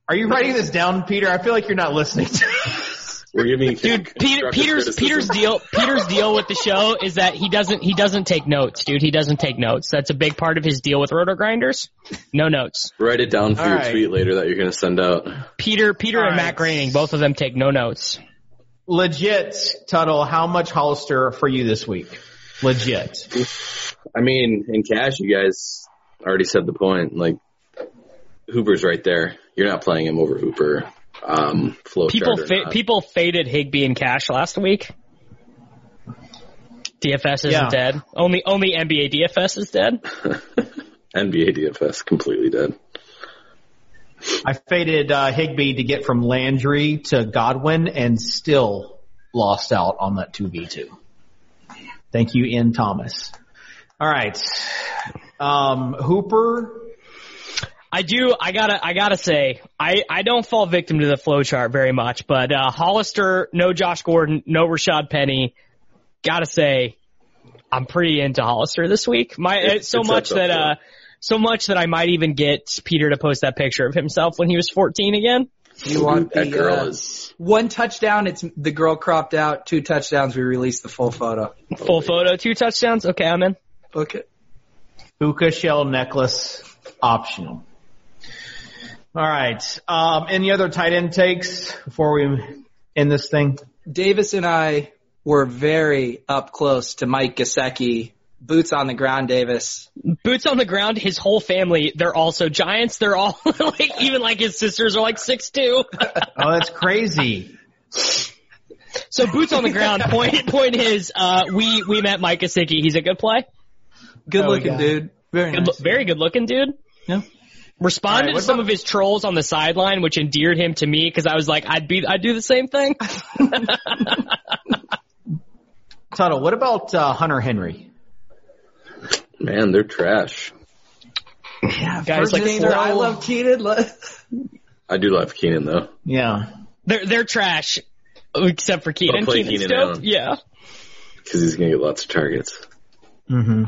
S1: Are you writing this down, Peter? I feel like you're not listening. to (laughs)
S2: We're (laughs) giving
S3: Dude, Peter, Peter's Peter's deal Peter's deal with the show is that he doesn't he doesn't take notes, dude. He doesn't take notes. That's a big part of his deal with Roto Grinders. No notes.
S2: Write it down for
S1: All
S2: your
S1: right.
S2: tweet later that you're going to send out.
S3: Peter Peter
S1: All
S3: and
S1: right.
S3: Matt Groening, both of them take no notes.
S1: Legit, Tuttle. How much Hollister for you this week? Legit.
S2: I mean, in cash, you guys already said the point. Like, Hooper's right there. You're not playing him over Hooper. Um, flow
S3: People
S2: chart or
S3: fa-
S2: not.
S3: people faded Higby and Cash last week. DFS isn't
S1: Yeah.
S3: dead. Only only NBA DFS is dead.
S2: NBA DFS completely dead.
S1: I faded uh, Higby to get from Landry to Godwin and still lost out on that 2v2. Thank you, Ian Thomas. All right. Um, Hooper,
S3: I do. I gotta. I gotta say, I I don't fall victim to the flow chart very much, but uh, Hollister, no Josh Gordon, no Rashad Penny. Gotta say, I'm pretty into Hollister this week. My
S2: It's-
S3: it's so
S2: it's
S3: much
S2: up there.
S3: that uh, so much that I might even get Peter to post that picture of himself when he was 14 again.
S4: You want
S2: that
S4: the,
S2: girl
S4: uh,
S2: is
S4: one touchdown? It's the girl cropped out. Two touchdowns. We released the full photo.
S2: Oh,
S3: Full photo, two touchdowns. Okay, I'm in.
S4: Look at
S1: hookah shell necklace, optional. All right. Um, any other tight end takes before we end this thing?
S4: Davis and I were very up close to Mike Gasecki. Boots on the ground, Davis.
S3: Boots on the ground. His whole family, they're also giants. They're all (laughs) like even like his sisters are like
S2: (laughs)
S3: six two.
S1: Oh, that's crazy.
S3: So boots on
S1: (laughs)
S3: the ground. Point point is, uh, we we met Mike Gesicki. He's a good play.
S4: Good
S1: Oh,
S4: looking
S1: yeah.
S4: dude. Very
S3: Good,
S4: nice.
S3: lo- very good looking dude.
S4: Yeah.
S3: Responded
S1: All right,
S3: to
S1: what
S3: some
S1: about-
S3: of his trolls on the sideline, which endeared him to me because I was like, I'd be, I'd do the same thing.
S1: Tuttle, what about uh, Hunter Henry?
S2: man, they're trash.
S3: Guys like
S4: Virginia, I
S3: Flo-
S4: love Keenan.
S2: I do love Keenan though.
S1: Yeah.
S3: They're they're trash, except for Keenan.
S2: Don't play
S3: Keenan's
S2: Keenan
S3: dope.
S2: Allen.
S3: Yeah.
S2: because he's gonna get lots of targets.
S1: Mm-hmm.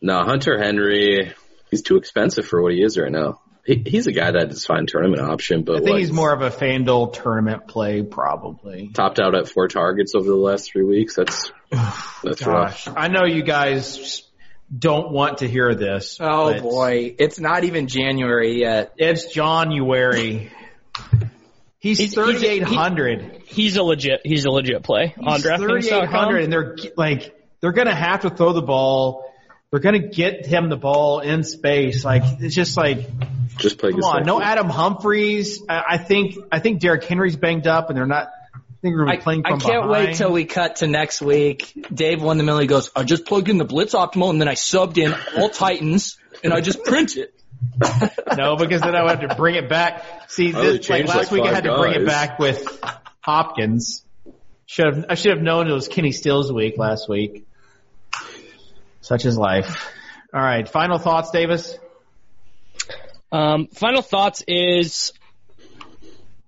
S2: No, Hunter Henry, he's too expensive for what he is right now. He, he's a guy that is fine tournament option, but
S1: I think
S2: like,
S1: he's more of a FanDuel tournament play, probably.
S2: topped
S1: (sighs)
S2: out
S1: Oh,
S4: uh,
S2: at four targets over the last three weeks. That's that's rough.
S1: I know you guys don't want to hear this.
S4: (laughs) Oh
S1: but
S4: boy, it's not even January yet.
S1: It's January. He's,
S3: He's- he's-
S1: 3,800.
S3: He's a legit. He's a legit play on
S1: He's 3,800,
S3: DraftKings.com.
S1: and they're ge- like they're gonna have to throw the ball. They're gonna get him the ball in space. Like it's just like come
S2: Just play.
S1: on,
S2: Gustafsson.
S1: no Adam Humphreys. I, I think I think Derrick Henry's banged up, and they're not. I think we're gonna
S4: I,
S1: be playing from
S4: I can't
S1: behind.
S4: wait till we cut to next week. Dave won the mill. He goes, I just plugged in the blitz optimal and then I subbed in all Titans and I just print it.
S1: (laughs) no, because then I would have to bring it back. See,
S2: Oh, they
S1: this, like
S2: changed,
S1: last
S2: like,
S1: week I
S2: five
S1: had to bring it
S2: guys.
S1: back with Hopkins. Should have I should have known it was Kenny Stills week last week. Such is life. All right, final thoughts, Davis.
S3: Um, final thoughts is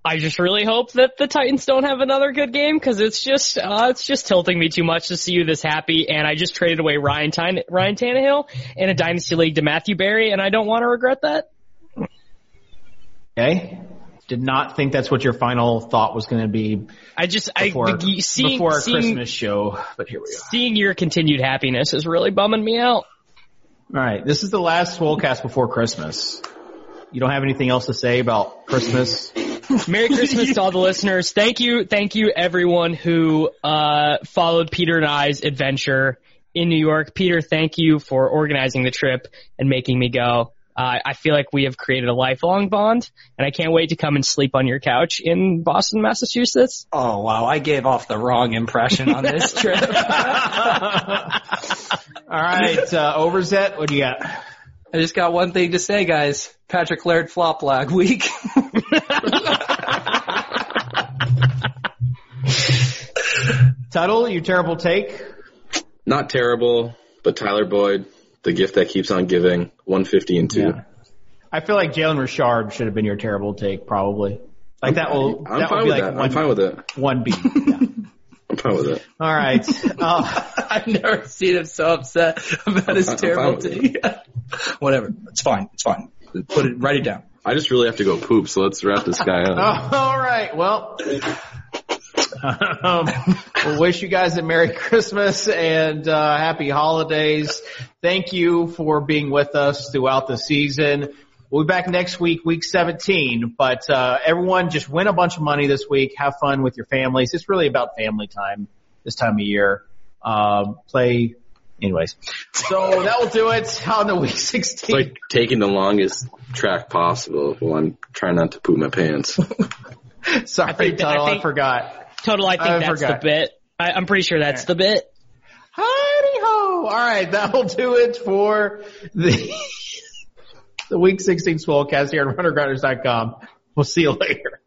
S3: I just really hope that the Titans don't have another good game because it's just uh, it's just tilting me too much to see you this happy. And I just traded away Ryan Tan- Ryan Tannehill in a dynasty league to Matthew Barry, and I don't want to regret that.
S1: Okay. Did not think that's what your final thought was going to be
S3: I just I
S1: before,
S3: the- seeing
S1: before our
S3: seeing,
S1: Christmas show, but here we are.
S3: seeing your continued happiness is really bumming me out.
S1: All right. This is the last Swolecast before Christmas. You don't have anything else to say about Christmas?
S3: Merry Christmas to all (laughs) the listeners. Thank you, thank you everyone who uh, followed Peter and I's adventure in New York. Peter, thank you for organizing the trip and making me go. Uh, I feel like we have created a lifelong bond, and I can't wait to come and sleep on your couch in Boston, Massachusetts.
S4: Oh wow, I gave off the wrong impression on (laughs) this trip.
S1: All right. Uh, Overzet, what do you got?
S4: I just got one thing to say, guys. Patrick Laird flop
S3: (laughs)
S4: lag week.
S1: Tuttle, your terrible take?
S2: Not terrible, but Tyler Boyd, the gift that keeps on giving, 150 and two.
S1: Yeah. I feel like Jalen Richard should have been your terrible take, probably. Like that will,
S2: I'm
S1: that
S2: fine
S1: would be
S2: with
S1: like
S2: that. I'm
S1: one,
S2: fine with it.
S1: one B. Yeah.
S2: (laughs) I'm fine with it.
S1: All right.
S3: Oh.
S1: Uh,
S4: (laughs) I've never seen him so upset about his
S2: I'm fine
S4: terrible
S2: with
S4: team. (laughs) Whatever. It's fine. It's fine. Put it write it down.
S2: I just really have to go poop, so let's wrap this guy
S1: (laughs)
S2: up.
S1: Oh, all right.
S3: (laughs)
S1: Well, um, we'll wish you guys a Merry Christmas and uh, Happy Holidays. Thank you for being with us throughout the season. We'll be back next week, week 17. But uh, everyone, just win a bunch of money this week. Have fun with your families. It's really about family time this time of year. Um, play, anyways. So that will do it on the week 16.
S2: It's like taking the longest track possible while I'm trying not to poop my pants.
S1: Sorry,
S3: think- I
S1: Tuttle, I
S3: think-
S1: forgot.
S3: (laughs) Total, I think
S1: I
S3: that's
S1: forgot.
S3: the bit. I, I'm pretty sure that's the bit.
S1: Howdy ho! All right, that'll do it for the (laughs) the Week 16 Swolecast here on RunnerGrinders.com. We'll see you later.